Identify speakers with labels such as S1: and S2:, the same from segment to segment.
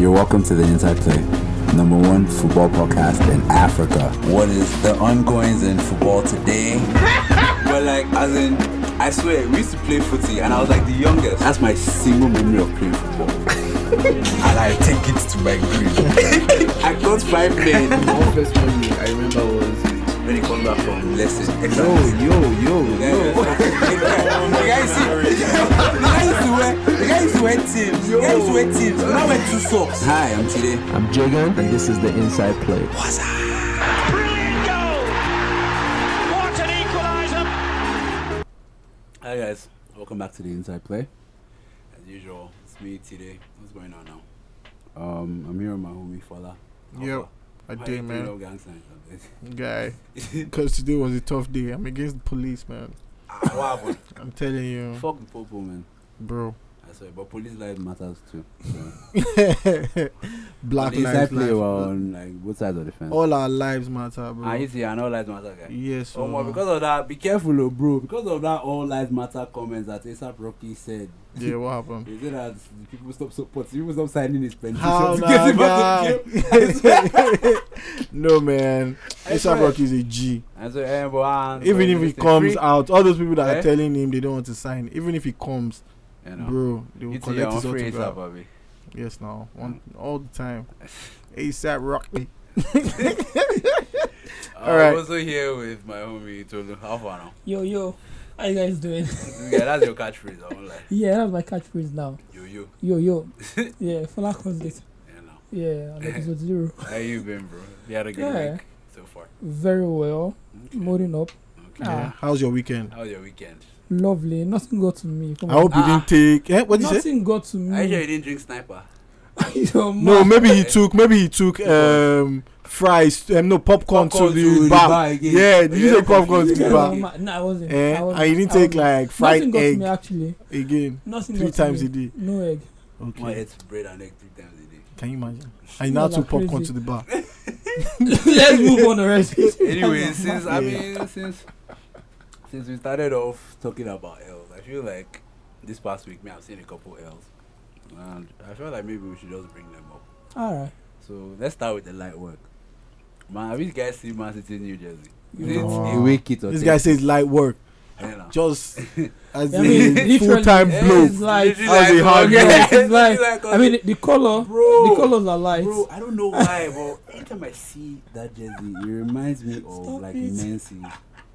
S1: You're welcome to the Inside Play, number one football podcast in Africa. What is the ongoings in football today? but like, as in, I swear, we used to play footy, and I was like the youngest. That's my single memory of playing football. and I take it to my grave. I got five men
S2: The whole first memory I remember was
S1: when he come back from lesson.
S2: yo
S1: Exactly.
S2: yo yo
S1: Yeah, yeah.
S2: yo.
S1: the guy used to- the guy used to wear the guy used to wear teams. The guy used to wear teams. Now wear two socks. Hi, I'm Chide.
S2: I'm Jagan and this is the Inside Play.
S3: Brilliant goal! What an equaliser!
S1: Hi guys, welcome back to the Inside Play. As usual, it's me today. What's going on now? Um, I'm here with my homie Fala.
S4: Yep, I
S1: Uh-huh. How you
S4: did,
S1: doing,
S4: man.
S1: old gang sign?
S4: Guy, because today was a tough day. I'm against the police, man.
S1: Ah, what happened?
S4: I'm telling you,
S1: Fuck the popo man.
S4: bro.
S1: I swear, but police life matters too.
S4: Black
S1: the Inside
S4: lives
S1: Play
S4: matter.
S1: we're on like both sides of the fence.
S4: All our lives matter,
S1: I
S4: bro.
S1: used to, I know lives matter, guy.
S4: Yes,
S1: Oh my,
S4: oh,
S1: because of that, be careful, oh, bro. Because of that, all lives matter comments that ASAP Rocky said.
S4: yeah. What happened?
S1: He said that the people stop supporting, people stop signing his petition
S4: How
S1: to get him out
S4: now,
S1: of the game.
S4: guy? No, man.
S1: I
S4: ASAP
S1: swear.
S4: Rocky is a G.
S1: And so, eh, but, ah,
S4: Even if he
S1: it's a
S4: comes
S1: free-
S4: out, all those people that
S1: Eh?
S4: are telling him they don't want to sign, even if he comes,
S1: you know,
S4: bro, they will
S1: you see, you're
S4: collect
S1: on
S4: his
S1: free Mm. ASAP,
S4: autograph.
S1: baby.
S4: Yes, now, one all the time. ASAP Rocky.
S1: I'm
S4: right.
S1: also here with my homie Tolu. How far now?
S5: Yo, yo, how you guys doing?
S1: yeah, that's your catchphrase. I'm like,
S5: yeah, that's my catchphrase now.
S1: yo, yo.
S5: Yo, yo. yeah, Fela calls it.
S1: You know,
S5: Yeah, on episode zero.
S1: how you been, bro? You had a good
S5: Yeah.
S1: week so far.
S5: Very well,
S1: Okay.
S5: modding up.
S4: Yeah.
S5: Ah,
S4: How's your weekend?
S1: How was your weekend?
S5: lovely. Nothing got to me. Come
S4: I hope you
S1: Ah.
S4: didn't take. Eh, what did you say?
S5: Nothing got to
S1: Are you sure you
S5: me.
S1: didn't drink Sniper?
S4: No,
S5: Yo, man.
S4: maybe he took maybe he took um fries um, no popcorn, to the, bar.
S1: again.
S4: Yeah, you
S1: Yeah,
S4: took popcorn to
S5: Yeah,
S4: the
S5: man.
S4: bar.
S5: No, I wasn't.
S4: Eh?
S5: I wasn't.
S4: And you didn't
S5: I
S4: take
S5: wasn't.
S4: like fried
S5: Nothing got to
S4: egg
S5: me, actually.
S4: again
S5: Nothing
S4: three
S5: got to
S4: times
S5: me.
S4: a day.
S5: No egg.
S1: My head's bread and egg three times a day.
S4: Can you imagine? And you now
S5: Y'all are
S4: took popcorn
S5: crazy.
S4: to the bar.
S5: Let's move on already.
S1: anyway, since I
S4: Yeah.
S1: mean since since we started off talking about L's, I feel like this past week, me, I've seen a couple L's, and I feel like maybe we should just bring them up.
S5: Alright.
S1: So let's start with the light work. Man, have you guys seen Man City, New Jersey? Is it
S4: No.
S1: a wicked or
S4: This guy says light work,
S1: guy?
S4: just as
S5: I mean,
S4: a full time
S5: literally,
S4: blow.
S5: it's like,
S1: Literally
S4: How's it hard,
S1: us.
S5: bro? It's like-
S1: Literally
S5: I mean, the color,
S1: Bro.
S5: the colors are light.
S1: Bro, I don't know why, but anytime I see that jersey, it reminds me of
S5: Stop
S1: like
S5: it.
S1: a Nancy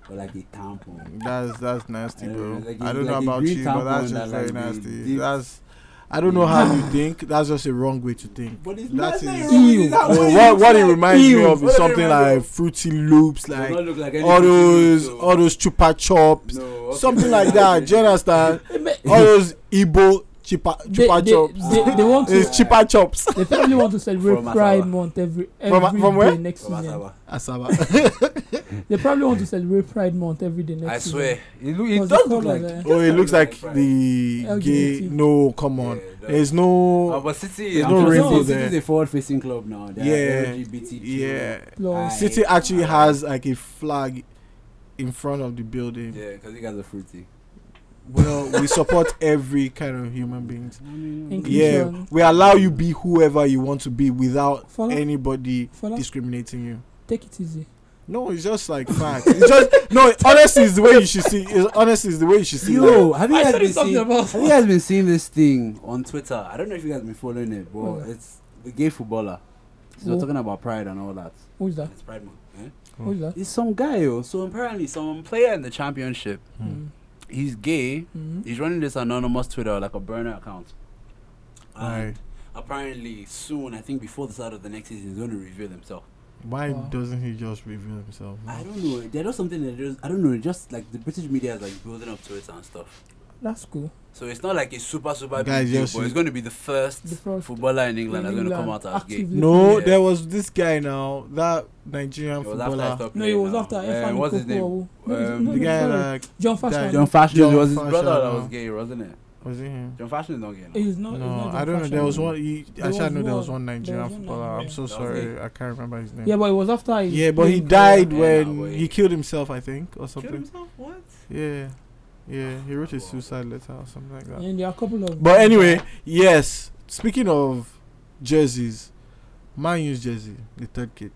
S1: or like a tampon.
S4: That's that's nasty,
S1: I don't
S4: bro.
S1: know, like
S4: I
S1: a-
S4: don't know
S1: like a
S4: about
S1: green
S4: you, but that's
S1: tampon
S4: just
S1: that, like,
S4: very
S1: they
S4: nasty.
S1: dip.
S4: That's I don't know how you think. That's just a wrong way to think.
S1: But it's
S4: That
S1: not-
S4: is-
S1: it's
S5: Ew.
S1: not-
S4: Oh,
S1: it's
S4: what what it
S1: not-
S4: reminds me
S1: Ew.
S4: of
S1: What
S4: is
S1: it
S4: something
S1: reminds me
S4: like
S1: of?
S4: Fruity Loops,
S1: It does not
S4: like
S1: look like any
S4: all
S1: fruity
S4: those
S1: juice,
S4: all those chupa chops,
S1: so- No, okay.
S4: something like that. Do you understand?
S5: It ma-
S4: All those Igbo chupa
S5: they,
S4: chupa
S5: they-
S4: chops.
S5: they- they want to
S4: It's chupa chops.
S5: They probably want to celebrate
S1: From Asaba.
S5: Pride Month every every
S4: From-
S5: day
S4: from where?
S5: next
S1: From
S5: season.
S1: Asaba.
S4: Asaba.
S5: They probably want to celebrate Pride Month every day next
S1: I
S5: season.
S1: swear, it, look, it
S5: Because
S1: does
S5: the
S1: look
S5: colours,
S1: like.
S5: eh?
S4: Oh, it looks like
S1: Right.
S4: the
S5: LGBT.
S4: gay. No, come on.
S1: Yeah, that-
S4: There's
S1: Oh,
S4: no.
S1: but City
S4: There's
S1: I'm
S4: no
S1: sure
S4: rainbow
S1: City-
S4: there.
S1: City is a forward-facing club now. They
S4: Yeah.
S1: are LGBTQ.
S4: Yeah.
S5: Plus,
S1: Aye.
S4: City actually
S1: Aye.
S4: has like a flag in front of the building.
S1: Yeah, because you guys are fruity.
S4: Well, we support every kind of human beings.
S5: inclusion.
S4: Yeah, we allow you be whoever you want to be without
S5: Fela?
S4: anybody
S5: Fela?
S4: discriminating you.
S5: Take it easy.
S4: No, it's just like fact. It's just no. Honestly, is the way you should see. It's, honestly, is the way you should see. that.
S1: Yo, have you
S5: I
S1: guys
S5: thought
S1: been
S5: it's something
S1: seeing?
S5: about.
S1: Have you guys been seeing this thing on Twitter? I don't know if you guys been following it, but
S5: What?
S1: it's the gay footballer. So
S5: Who?
S1: talking about pride and all that.
S5: Who's that?
S1: It's Pride Month. Eh?
S4: Hmm.
S5: Who's that?
S1: It's some guy, yo. So apparently, some player in the championship,
S4: Hmm.
S5: Mm.
S1: he's gay.
S5: Mm.
S1: He's running this anonymous Twitter like a burner account. And
S4: Why?
S1: apparently, soon, I think before the start of the next season, he's going to reveal himself.
S4: Why
S5: Wow.
S4: doesn't he just reveal himself?
S1: I don't know. There's just something that just I don't know. Just like the British media is like building up to it and stuff.
S5: That's cool.
S1: So it's not like a super super
S4: Guys,
S1: big deal,
S4: yes,
S1: but
S4: you-
S1: it's going to be the first,
S5: The first
S1: footballer in England that's going to come out as gay.
S5: Actively-
S4: No,
S1: Yeah.
S4: there was this guy now, that Nigerian
S1: It was after I
S4: footballer,
S1: stopped
S5: No, it was
S1: playing
S5: after
S1: now.
S5: Efan
S1: Eh, what's his name?
S5: Nkoku. No, it's-
S1: Um,
S5: no,
S4: the
S5: no,
S4: guy
S5: sorry.
S4: like
S5: John Fashman.
S1: John Fashion.
S4: John
S1: It was his
S4: Fashion,
S1: brother that was
S4: no.
S1: gay, wasn't it?
S4: was it him?
S1: John Fashion is not gay. Now.
S5: He's not. he's
S4: No,
S5: not
S4: I
S5: John
S4: don't know. There was
S5: Fashman.
S4: one. He,
S5: There
S4: actually, I
S5: was
S4: know there was
S5: one.
S4: one
S5: There
S4: Nigerian
S5: was one
S4: footballer. I'm
S5: Nigerian.
S4: so
S1: That was
S4: sorry,
S1: gay.
S4: I can't remember his name.
S5: Yeah, but it was after. his
S4: Yeah, but he
S5: playing
S4: died
S1: Yeah,
S4: when
S1: nah, but he-
S4: he killed himself, I think, or
S1: Killed
S4: something.
S1: himself? What?
S4: Yeah, yeah, he wrote a
S1: Wow.
S4: suicide letter or something like
S5: career.
S4: that.
S5: And there are a couple of.
S4: But anyway, yes. Speaking of jerseys, Man U's jersey, the third kit,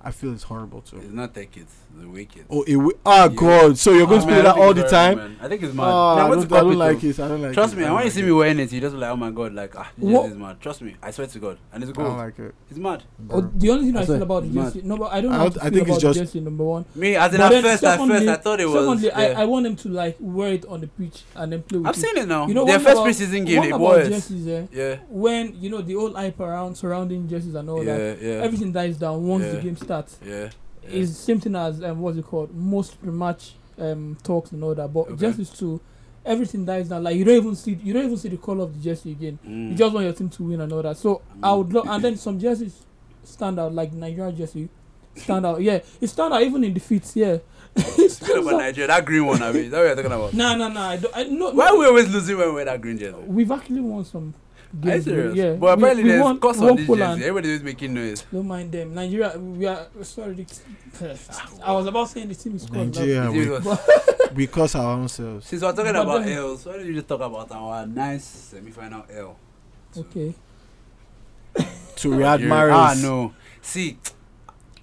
S4: I feel it's horrible too.
S1: It's not their kids, it's the wicked.
S4: Oh, it wi- ah,
S1: Yeah.
S4: God. So you're going
S1: Ah,
S4: to
S1: man,
S4: play
S1: I
S4: that
S1: think
S4: all
S1: it's
S4: the
S1: horrible,
S4: time?
S1: man. I think it's mad.
S4: Ah,
S1: Now,
S4: I,
S1: what's the
S4: don't, I don't
S1: capital?
S4: like it. I don't like
S1: Trust
S4: it.
S1: me,
S4: I
S1: and
S4: don't
S1: when you
S4: like
S1: see
S4: it.
S1: me wearing it, you just be like, oh my god, like, ah, this
S5: What-
S1: is mad. Trust me, I swear to God. And it's
S4: I
S1: gold.
S4: don't like it.
S1: It's mad.
S5: Oh, the only thing I
S6: That's
S5: feel
S6: it.
S5: about the
S1: Mad.
S5: jersey, no, but I don't
S4: I
S5: know. how
S4: don't-
S5: to
S4: I
S5: feel
S4: think it's
S5: about
S4: just-
S5: jersey number one.
S1: Me, as in
S5: But
S1: at
S5: then
S1: first, at first,
S5: secondly-
S1: I thought it was.
S5: Secondly,
S1: yeah.
S5: I, I want them to like wear it on the pitch and then play with
S1: I've
S5: it.
S1: seen it now.
S5: You know,
S1: Their
S5: one
S1: first
S5: about-
S1: preseason game,
S5: one
S1: it
S5: about
S1: was.
S5: jerseys, eh,
S1: Yeah,
S5: when you know the old hype around surrounding jerseys and all that,
S1: yeah, yeah,
S5: everything dies down once the
S1: Yeah.
S5: game starts.
S1: yeah. yeah.
S5: It's same thing as um, what's it called? Most pre-match um, talks and all that. But
S1: Okay.
S5: jerseys too, everything dies down. Like you don't even see you don't even see the color of the jersey again.
S1: Mm.
S5: You just want your team to win and all that. So I would love,
S1: Mm.
S5: and then some jerseys stand out, like Nigerian jersey stand out. Yeah, it stand out even in defeats. Yeah, it
S1: Talking
S5: stands
S1: about
S5: out.
S1: Nigeria, that green one, I mean, is that what you're talking about?
S5: Nah, nah, nah. I don't. I, no,
S1: Why
S5: no.
S1: are we always losing when we wear that green jersey?
S5: We've actually won some.
S1: Are you
S5: games,
S1: serious?
S5: Yeah,
S1: But apparently
S5: we, we
S1: there's
S5: won,
S1: cost
S5: won
S1: on eh? this
S5: Poland.
S1: jersey. Everybody is making noise.
S5: Don't mind them. Nigeria, we are sorry. the- I was about saying the team is called
S4: Nigeria,
S1: Is it
S4: we,
S1: us?
S4: we curse our own selves.
S1: Since we're talking
S5: But
S1: about
S5: then-
S1: L's, why don't you just talk about our nice semi-final L?
S5: Okay.
S4: To Riyad
S1: Nigeria.
S4: Mahrez.
S1: Ah no, see,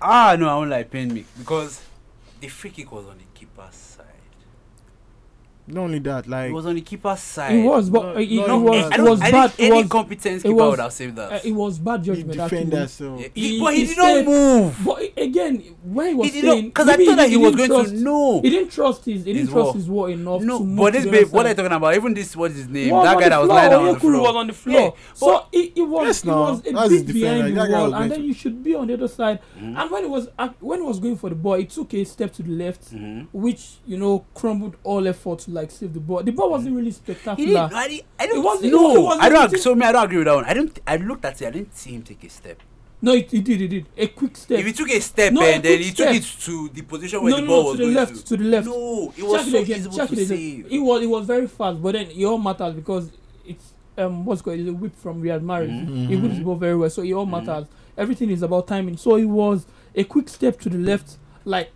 S1: ah no, I won't like pain me because the free kick was on the keeper's side.
S4: Not only that, like
S1: It was on the keeper's side.
S5: It was, but
S4: No,
S5: uh, it,
S4: no,
S5: it
S4: no,
S5: was,
S4: no,
S1: I
S5: it
S1: don't,
S5: was
S1: I
S5: bad.
S1: think
S5: It
S1: any
S5: was,
S1: competent
S5: it
S1: keeper
S5: was-
S1: would have saved
S5: uh,
S1: that.
S5: it was bad
S4: you
S5: judgment.
S4: defend
S5: Actually.
S4: ourselves.
S1: Yeah,
S5: he-
S1: but he,
S5: he
S1: did not
S5: stayed-
S1: move.
S5: But i- again, where he was
S1: He did not
S5: saying,
S1: because I
S5: maybe
S1: thought that he was
S5: didn't
S1: going
S5: trust,
S1: to know.
S5: He didn't trust his. He didn't
S1: His
S5: trust
S1: wall.
S5: his war enough.
S1: No,
S5: to move
S1: but
S5: to
S1: this
S5: the
S1: babe,
S5: other
S1: what are you
S5: side.
S1: talking about? Even this, what is his name?
S5: He was
S1: that
S5: on
S1: guy
S5: the
S1: that was
S5: floor.
S1: lying down on the
S5: Onyekuru
S1: floor.
S5: was on the floor.
S1: Yeah,
S5: so it, it was,
S4: Yes,
S5: it
S4: no,
S5: was a
S4: that's
S5: bit
S4: the defender.
S5: behind the
S4: That guy was
S5: wall,
S4: meant
S5: and then
S4: to-
S5: you should be on the other side.
S1: Mm-hmm.
S5: And when it was ac- when it was going for the ball, it took a step to the left,
S1: Mhm.
S5: which you know crumbled all effort to like save the ball. The ball wasn't really spectacular.
S1: Mm-hmm. He didn't. I, didn't, I don't.
S5: It wasn't-
S1: no,
S5: it wasn't-
S1: I don't.
S5: it
S1: Agree,
S5: didn't-
S1: so me, I don't agree with that one. I don't. I looked at it. I didn't see him take a step.
S5: No, it, it did. It did a quick step.
S1: If he took a step,
S5: No,
S1: eh,
S5: a
S1: then
S5: quick
S1: he
S5: step.
S1: took it to the position where
S5: no,
S1: the
S5: no,
S1: ball
S5: no,
S1: was
S5: to the
S1: going
S5: left,
S1: to.
S5: to the left.
S1: No, it
S5: check
S1: was
S5: it
S1: so
S5: again.
S1: easy
S5: Check
S1: to
S5: it again.
S1: save.
S5: It was it was very fast, but then it all matters because it's um what's called it's a whip from Real Madrid.
S1: Mm-hmm.
S5: He whips the ball very well, so it all matters. Everything is about timing. So it was a quick step to the left, like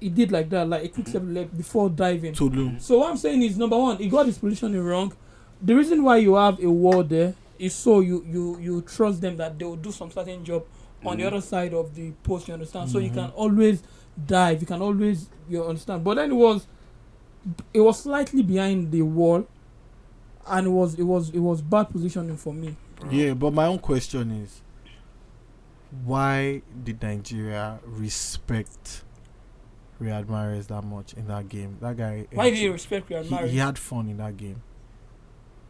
S5: he did like that, like a
S1: Mm-hmm.
S5: quick step to the left before diving.
S4: Tolu.
S5: So what I'm saying is number one, he got his positioning wrong. The reason why you have a wall there is so you you you trust them that they will do some certain job on
S4: Mm-hmm.
S5: the other side of the post. You understand? So you can always dive. You can always you understand. But then it was it was slightly behind the wall, and it was it was it was bad positioning for me.
S4: Yeah, but my own question is why did Nigeria respect Riyad Mahrez that much in that game? That guy eh,
S5: Why did you respect Real
S4: he,
S5: Madrid?
S4: he had fun in that game.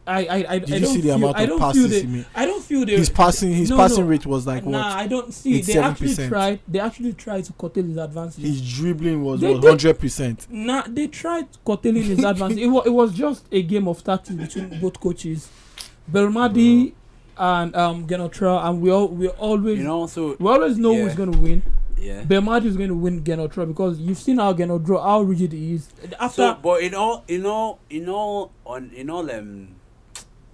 S5: I I I,
S4: Did
S5: I
S4: you
S5: don't
S4: see the
S5: feel,
S4: amount
S5: I
S4: of
S5: don't feel
S4: passes
S5: they,
S4: he made?
S5: I don't feel they
S4: His passing his
S5: No,
S4: passing
S5: no.
S4: rate was like
S5: nah,
S4: what?
S5: I don't see.
S4: It's
S5: They actually
S4: 7%.
S5: tried. They actually tried to curtail his advances.
S4: His dribbling was
S5: They
S4: what
S5: did-
S4: hundred percent.
S5: Nah, they tried curtailing his advance. It was, it was just a game of tactics between both coaches, Belmadi and um Genotra, and we all we always
S1: You know, so
S5: we always know
S1: Yeah.
S5: who's going to win.
S1: yeah.
S5: Belmadi is going to win Genotra because you've seen how Genotra how rigid he is.
S1: So,
S5: After
S1: but in all, in all, in all, on in all, um,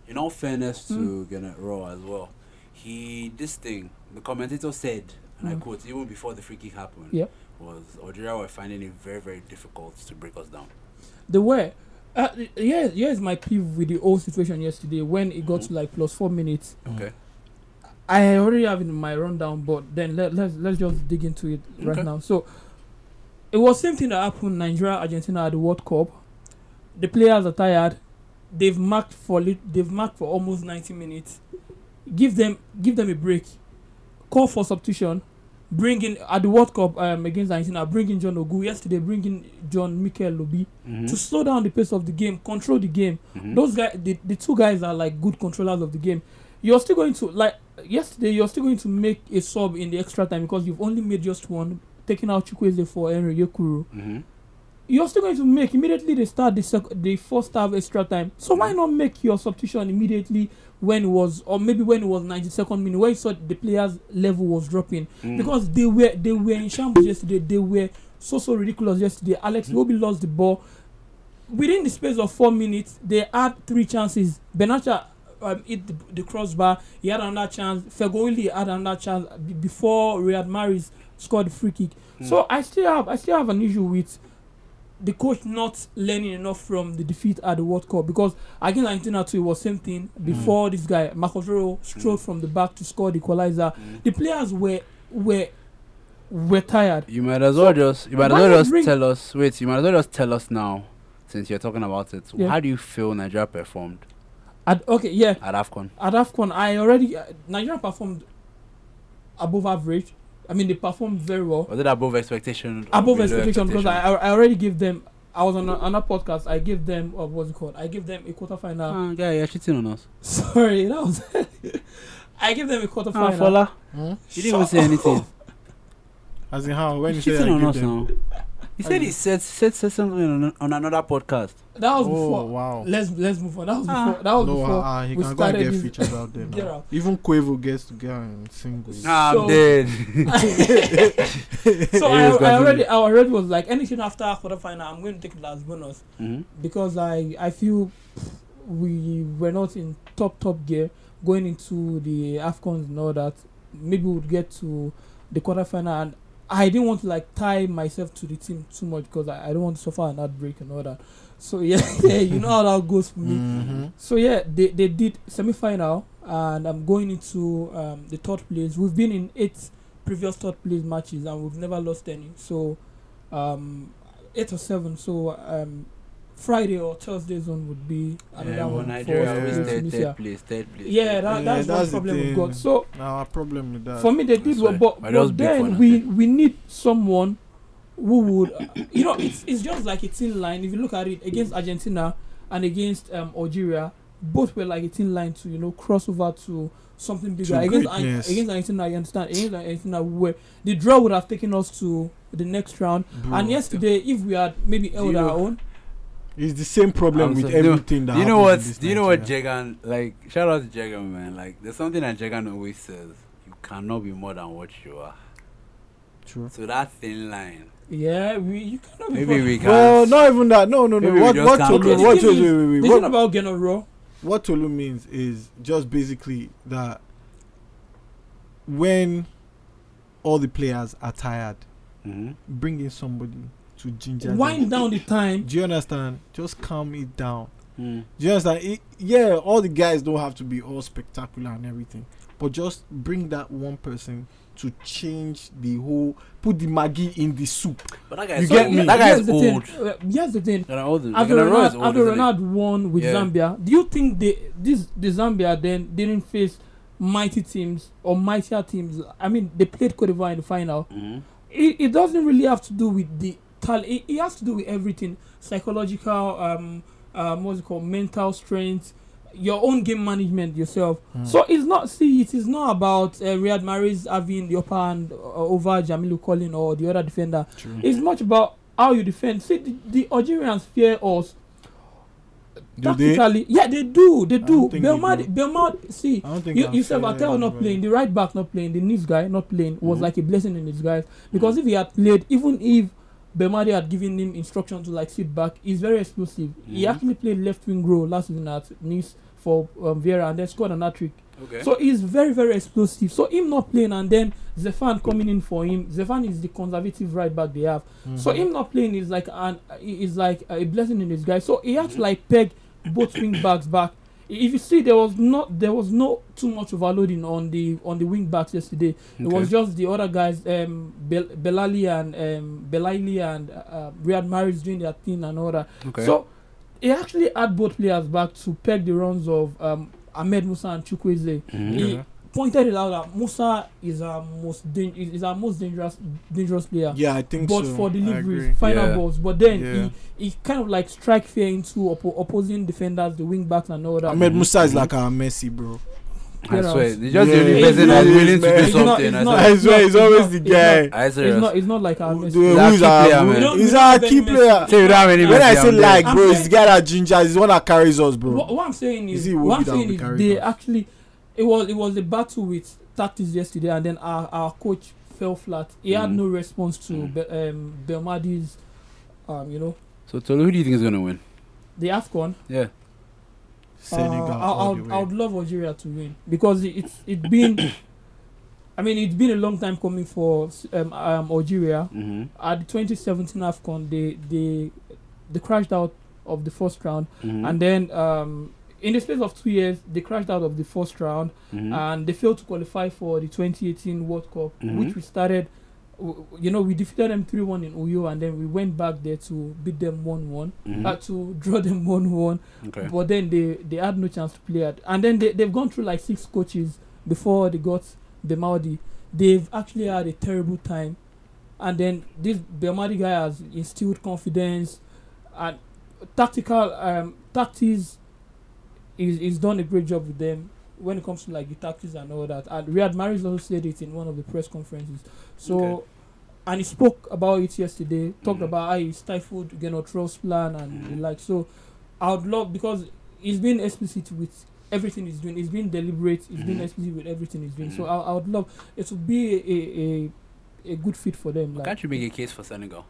S1: in all fairness to
S5: Hmm.
S1: Gennett Raw as well, he this thing the commentator said, and I quote, even before the free kick happened,
S5: Hmm. Yep.
S1: was Algeria were finding it very, very difficult to break us down.
S5: the way, uh, yeah, yeah, is my peeve with the whole situation yesterday when it got to like plus four minutes.
S1: Okay.
S5: I already have it in my rundown, but then let, let's let's just dig into it right
S1: Okay.
S5: now. So it was same thing that happened Nigeria Argentina at the World Cup. The players are tired. They've marked for lit- they've marked for almost ninety minutes. Give them give them a break. Call for substitution. Bring in at the World Cup um, against Argentina. Bring in John Ogu yesterday. Bring in John Mikel Lobi to slow down the pace of the game, control the game. Those guys, the, the two guys are like good controllers of the game. You're still going to like yesterday. You're still going to make a sub in the extra time because you've only made just one, taking out Chukwueze for Henry Yekuru.
S1: Mhm.
S5: You're still going to make immediately. They start the sec- the first half extra time. So why not make your substitution immediately when it was, or maybe when it was 92nd minute, where you saw the players' level was dropping because they were they were in shambles yesterday. They were so so ridiculous yesterday. Alex Iwobi lost the ball within the space of four minutes, they had three chances. Benatia um, hit the, the crossbar. He had another chance. Fegoli had another chance b- before Riyad Mahrez scored the free kick. So I still have I still have an issue with the coach not learning enough from the defeat at the World Cup because against Argentina too it was same thing
S1: Mm.
S5: before this guy Marcos Rojo strode from the back to score the equalizer
S1: Mm.
S5: the players were were were tired
S1: You might as well just you might as
S5: why
S1: well
S5: not
S1: just
S5: bring-
S1: tell us wait, you might as well just tell us now, since you're talking about it.
S5: Yeah.
S1: How do you feel Nigeria performed
S5: at, okay yeah
S1: at AFCON?
S5: at AFCON I already uh, Nigeria performed above average I mean they performed very well
S1: Was it above expectation? or
S5: above
S1: below
S5: expectation because I, I I already gave them I was on a, another podcast I gave them uh, what's it called I gave them a quarterfinal
S1: Ah, guy, you're cheating on us.
S5: sorry that was I gave them a
S1: Ah,
S5: quarterfinal
S1: Fola,
S7: Hmm?
S1: you didn't even say anything.
S7: As in how when
S1: You're
S7: you say I
S1: cheating on
S7: give
S1: us
S7: them.
S1: now. He said he said said said something on, on another podcast.
S5: that was
S7: Oh
S5: before
S7: wow.
S5: let's let's move on that was
S1: Ah.
S5: before that was
S7: no,
S5: before
S7: uh, he
S5: we
S7: can go and
S5: started
S7: get
S5: this-
S7: feature about them.
S5: Get
S7: now.
S5: out.
S7: Even Quavo gets to get and sing with.
S1: Nah,
S5: So-
S1: I'm dead.
S5: so
S1: He
S5: I,
S1: was
S5: I
S1: going
S5: already
S1: to-
S5: I already was like anything after quarterfinal I'm going to take it as bonus
S1: Mhm.
S5: because I I feel we were not in top top gear going into the Afcons and all that. Maybe we would get to the quarterfinal and I didn't want to like tie myself to the team too much because I, I don't want to suffer an outbreak and all that. So yeah, yeah you know how that goes for me.
S7: Mm-hmm.
S5: So yeah, they, they did semi final, and I'm going into um, the third place. We've been in eight previous third place matches, and we've never lost any. So um, eight or seven. So um, Friday or Thursday zone would be another
S1: Yeah, well,
S5: one
S1: Nigeria
S5: for us
S1: always
S5: to
S7: Yeah.
S1: third,
S5: beat
S1: third
S5: Tunisia.
S1: place, third place.
S5: Yeah,
S1: third
S5: that,
S1: place.
S5: that's
S7: Yeah,
S5: one
S7: that's the
S5: problem we've
S7: thing.
S5: got. So
S7: Now our problem with that.
S5: for me, they did
S1: That's
S5: well,
S1: right.
S5: but,
S1: But that was
S5: but
S1: big for
S5: then
S1: them.
S5: we we need someone who would, uh, you know, it's it's just like a thin line. If you look at it against Argentina and against um, Algeria, both were like a thin line to you know cross over to something bigger.
S7: To
S5: against Ar-
S7: greatness.
S5: against Argentina, I understand. Against Argentina, we were the draw would have taken us to the next round.
S7: Bro,
S5: and yesterday, if we had maybe held
S1: you-
S5: our own,
S7: it's the same problem
S1: I'm
S7: with
S1: so-
S7: everything that.
S1: Do you know what?
S7: happens in this
S1: Do you know what
S7: Nigeria.
S1: Jagan like? Shout out to Jagan, man. Like, there's something that Jagan always says: you cannot be more than what you are.
S7: True.
S1: So that thin line.
S5: yeah, we you cannot be.
S1: Maybe we can.
S7: Well, not even that. No, no, no.
S1: Maybe we
S7: What
S1: just
S7: what
S1: can't
S5: Okay,
S7: Tolu?
S5: the
S1: play.
S7: What
S5: thing
S7: Tolu?
S5: is-
S7: wait, wait,
S5: the
S7: what-
S5: thing about Genoro,
S7: what Tolu means is just basically that when all the players are tired,
S1: Mhm.
S7: bring in somebody to ginger
S5: wind
S7: them.
S5: down the time.
S7: Do you understand? Just calm it down.
S1: Mm.
S7: Do you understand? It, yeah, all the guys don't have to be all spectacular and everything, but just bring that one person to change the whole. Put the Maggi in the soup.
S1: But that guy,
S7: You
S1: is
S7: get
S1: old.
S7: me?
S1: That guy
S5: Here's
S1: is
S5: the
S1: old.
S5: Thing. Uh, here's the thing.
S1: They're old.
S5: After
S1: Jagan Roy is
S5: Ronaldo,
S1: old,
S5: after
S1: isn't he?
S5: Ronaldo won with
S1: Yeah.
S5: Zambia, do you think they this the Zambia then didn't face mighty teams or mightier teams? I mean, they played Cote d'Ivoire in the final.
S1: Mhm.
S5: It, it doesn't really have to do with the talent. It, it has to do with everything: psychological, um, um, what's it called, mental strength, your own game management yourself. So it's not see, it is not about uh, Riyad Mahrez having the upper hand uh, over Jamilu Collin or the other defender.
S7: True.
S5: It's much about how you defend. See, the, the Algerians fear us.
S7: Do they? I
S5: Tactically, yeah, they do. They do.
S7: don't think they
S5: Belmad,
S7: do.
S5: Belmad, see,
S7: don't think
S5: you,
S7: I'm
S5: you
S7: fair
S5: said Vatel not
S7: anybody.
S5: playing, the right back not playing, the news guy not playing was
S7: Mm.
S1: Mhm.
S5: like a blessing in disguise. Because if he had played, even if Belmadi had given him instruction to like sit back, he's very explosive. He
S7: Mm.
S1: Mhm.
S5: actually played left wing role last season at Nice for um, Vieira and then scored another trick.
S1: Okay.
S5: So he's very, very explosive. So him not playing and then Zefan coming in for him. Zefan is the conservative right back they have. So him not playing is like an is like a blessing in disguise. So he had to like peg both wing backs back. If you see, there was not there was no too much overloading on the on the wing backs yesterday. It was just the other guys, um, Bel- Belali and um, Belaili and uh, uh, Riyad Mahrez doing their thing and all that.
S1: okay.
S5: So he actually had both players back to peg the runs of um, Ahmed Musa and Chukwueze. He pointed it out that Musa is our most dang- is is our most dangerous dangerous player.
S7: Yeah, I think
S5: But
S7: so.
S5: for
S7: I
S5: deliveries,
S7: agree.
S5: final
S1: Yeah.
S5: balls. But then
S7: Yeah.
S5: he, he kind of like strike fear into oppo- opposing defenders, the wing backs and all that.
S7: Ahmed Musa is like our Messi, bro.
S1: I
S5: Gerald.
S1: swear, they're just
S7: Yeah.
S1: the only
S5: It's
S1: person that's
S7: not-
S1: willing to do
S7: it's
S5: not-
S1: something.
S5: it's
S1: I swear.
S5: not-
S7: I swear, he's
S5: no,
S7: always
S5: no,
S7: the
S5: it's not-
S7: guy.
S1: I
S5: it's
S1: swear.
S5: not it's not like our
S7: Who- Who's
S5: Messi.
S1: He's our key player,
S7: our
S1: man. We
S5: don't-
S7: He's
S5: we
S7: our
S5: don't
S7: key
S5: beg Messi.
S7: player.
S1: Say you don't have any
S7: When I
S1: Messi,
S7: say
S1: I'm
S7: like,
S1: dead.
S5: I'm
S7: bro,
S5: dead.
S7: it's the guy that ginger is the one that carries us, bro.
S5: What, what I'm saying is,
S7: Is it Iwobi
S5: what I'm
S7: that will
S5: saying
S7: be
S5: is
S7: carried
S5: they
S7: off?
S5: actually it was it was a battle with tactics yesterday, and then our, our coach fell flat. He had
S1: Mhm.
S5: no response to
S1: Mhm.
S5: Be, um, Belmadi's, um, you know,
S1: So Tolu, who do you think is gonna win?
S5: the Afcon.
S1: Yeah.
S5: Uh,
S7: Senegal all the
S5: I-
S7: way.
S5: I I would love Algeria to win because it- it's it's been. I mean, it's been a long time coming for um, um, Algeria.
S1: Mm-hmm.
S5: At the 2017 Afcon, they they they crashed out of the first round,
S1: Mhm.
S5: and then um, in the space of two years, they crashed out of the first round,
S1: Mhm.
S5: and they failed to qualify for the 2018 World Cup,
S1: Mhm.
S5: which we started. w- w- You know, we defeated them 3 1 in Uyo, and then we went back there to beat them 1 1,
S1: Mhm.
S5: uh, to draw them 1 1.
S1: okay.
S5: But then they they had no chance to play at, and then they they've gone through like six coaches before they got Belmadi. They've actually had a terrible time, and then this Belmadi guy has instilled confidence, and tactical um tactics. He's, he's done a great job with them when it comes to like the tactics and all that. And Riyad Mahrez also said it in one of the press conferences. So.
S1: Okay.
S5: And he spoke about it yesterday. Talked
S1: Mhm.
S5: about how he stifled Gennaro Trump's plan and the like. So, I would love because he's been explicit with everything he's doing. He's been deliberate. He's been
S1: Mhm.
S5: explicit with everything he's doing. So
S1: Mhm.
S5: I, I would love it to be a, a, a, a good fit for them. Like,
S1: Can't you make a case for Senegal?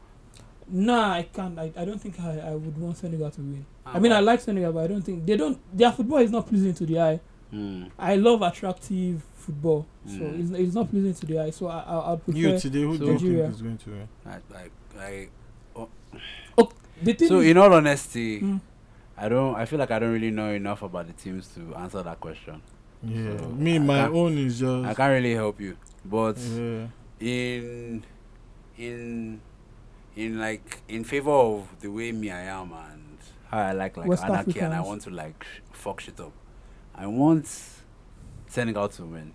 S5: Nah, I can't. I, I don't think I, I would want Senegal to win.
S1: Ah,
S5: I mean, I
S1: well.
S5: like Senegal, but I don't think they don't. Their football is not pleasing to the eye.
S7: Mm-hmm.
S1: Mm.
S5: I love attractive football, so
S1: Mm.
S5: it's, it's not pleasing to the eye. So I I, I prefer.
S4: You today, who
S1: So-
S4: do you
S5: Nigeria.
S4: think is going to win?
S1: I, I, I,
S5: the thing
S1: so
S5: is-
S1: in all honesty,
S5: Mm.
S1: I don't. I feel like I don't really know enough about the teams to answer that question.
S4: Yeah,
S1: So,
S4: me,
S1: I
S4: my
S1: can't-
S4: own is just.
S1: I can't really help you, but
S7: Mm-hmm.
S4: yeah.
S1: in, in, in like in favor of the way me I am and how I like like
S5: West
S1: anarchy and I
S5: Africans.
S1: want to like sh- fuck shit up. I want Senegal to win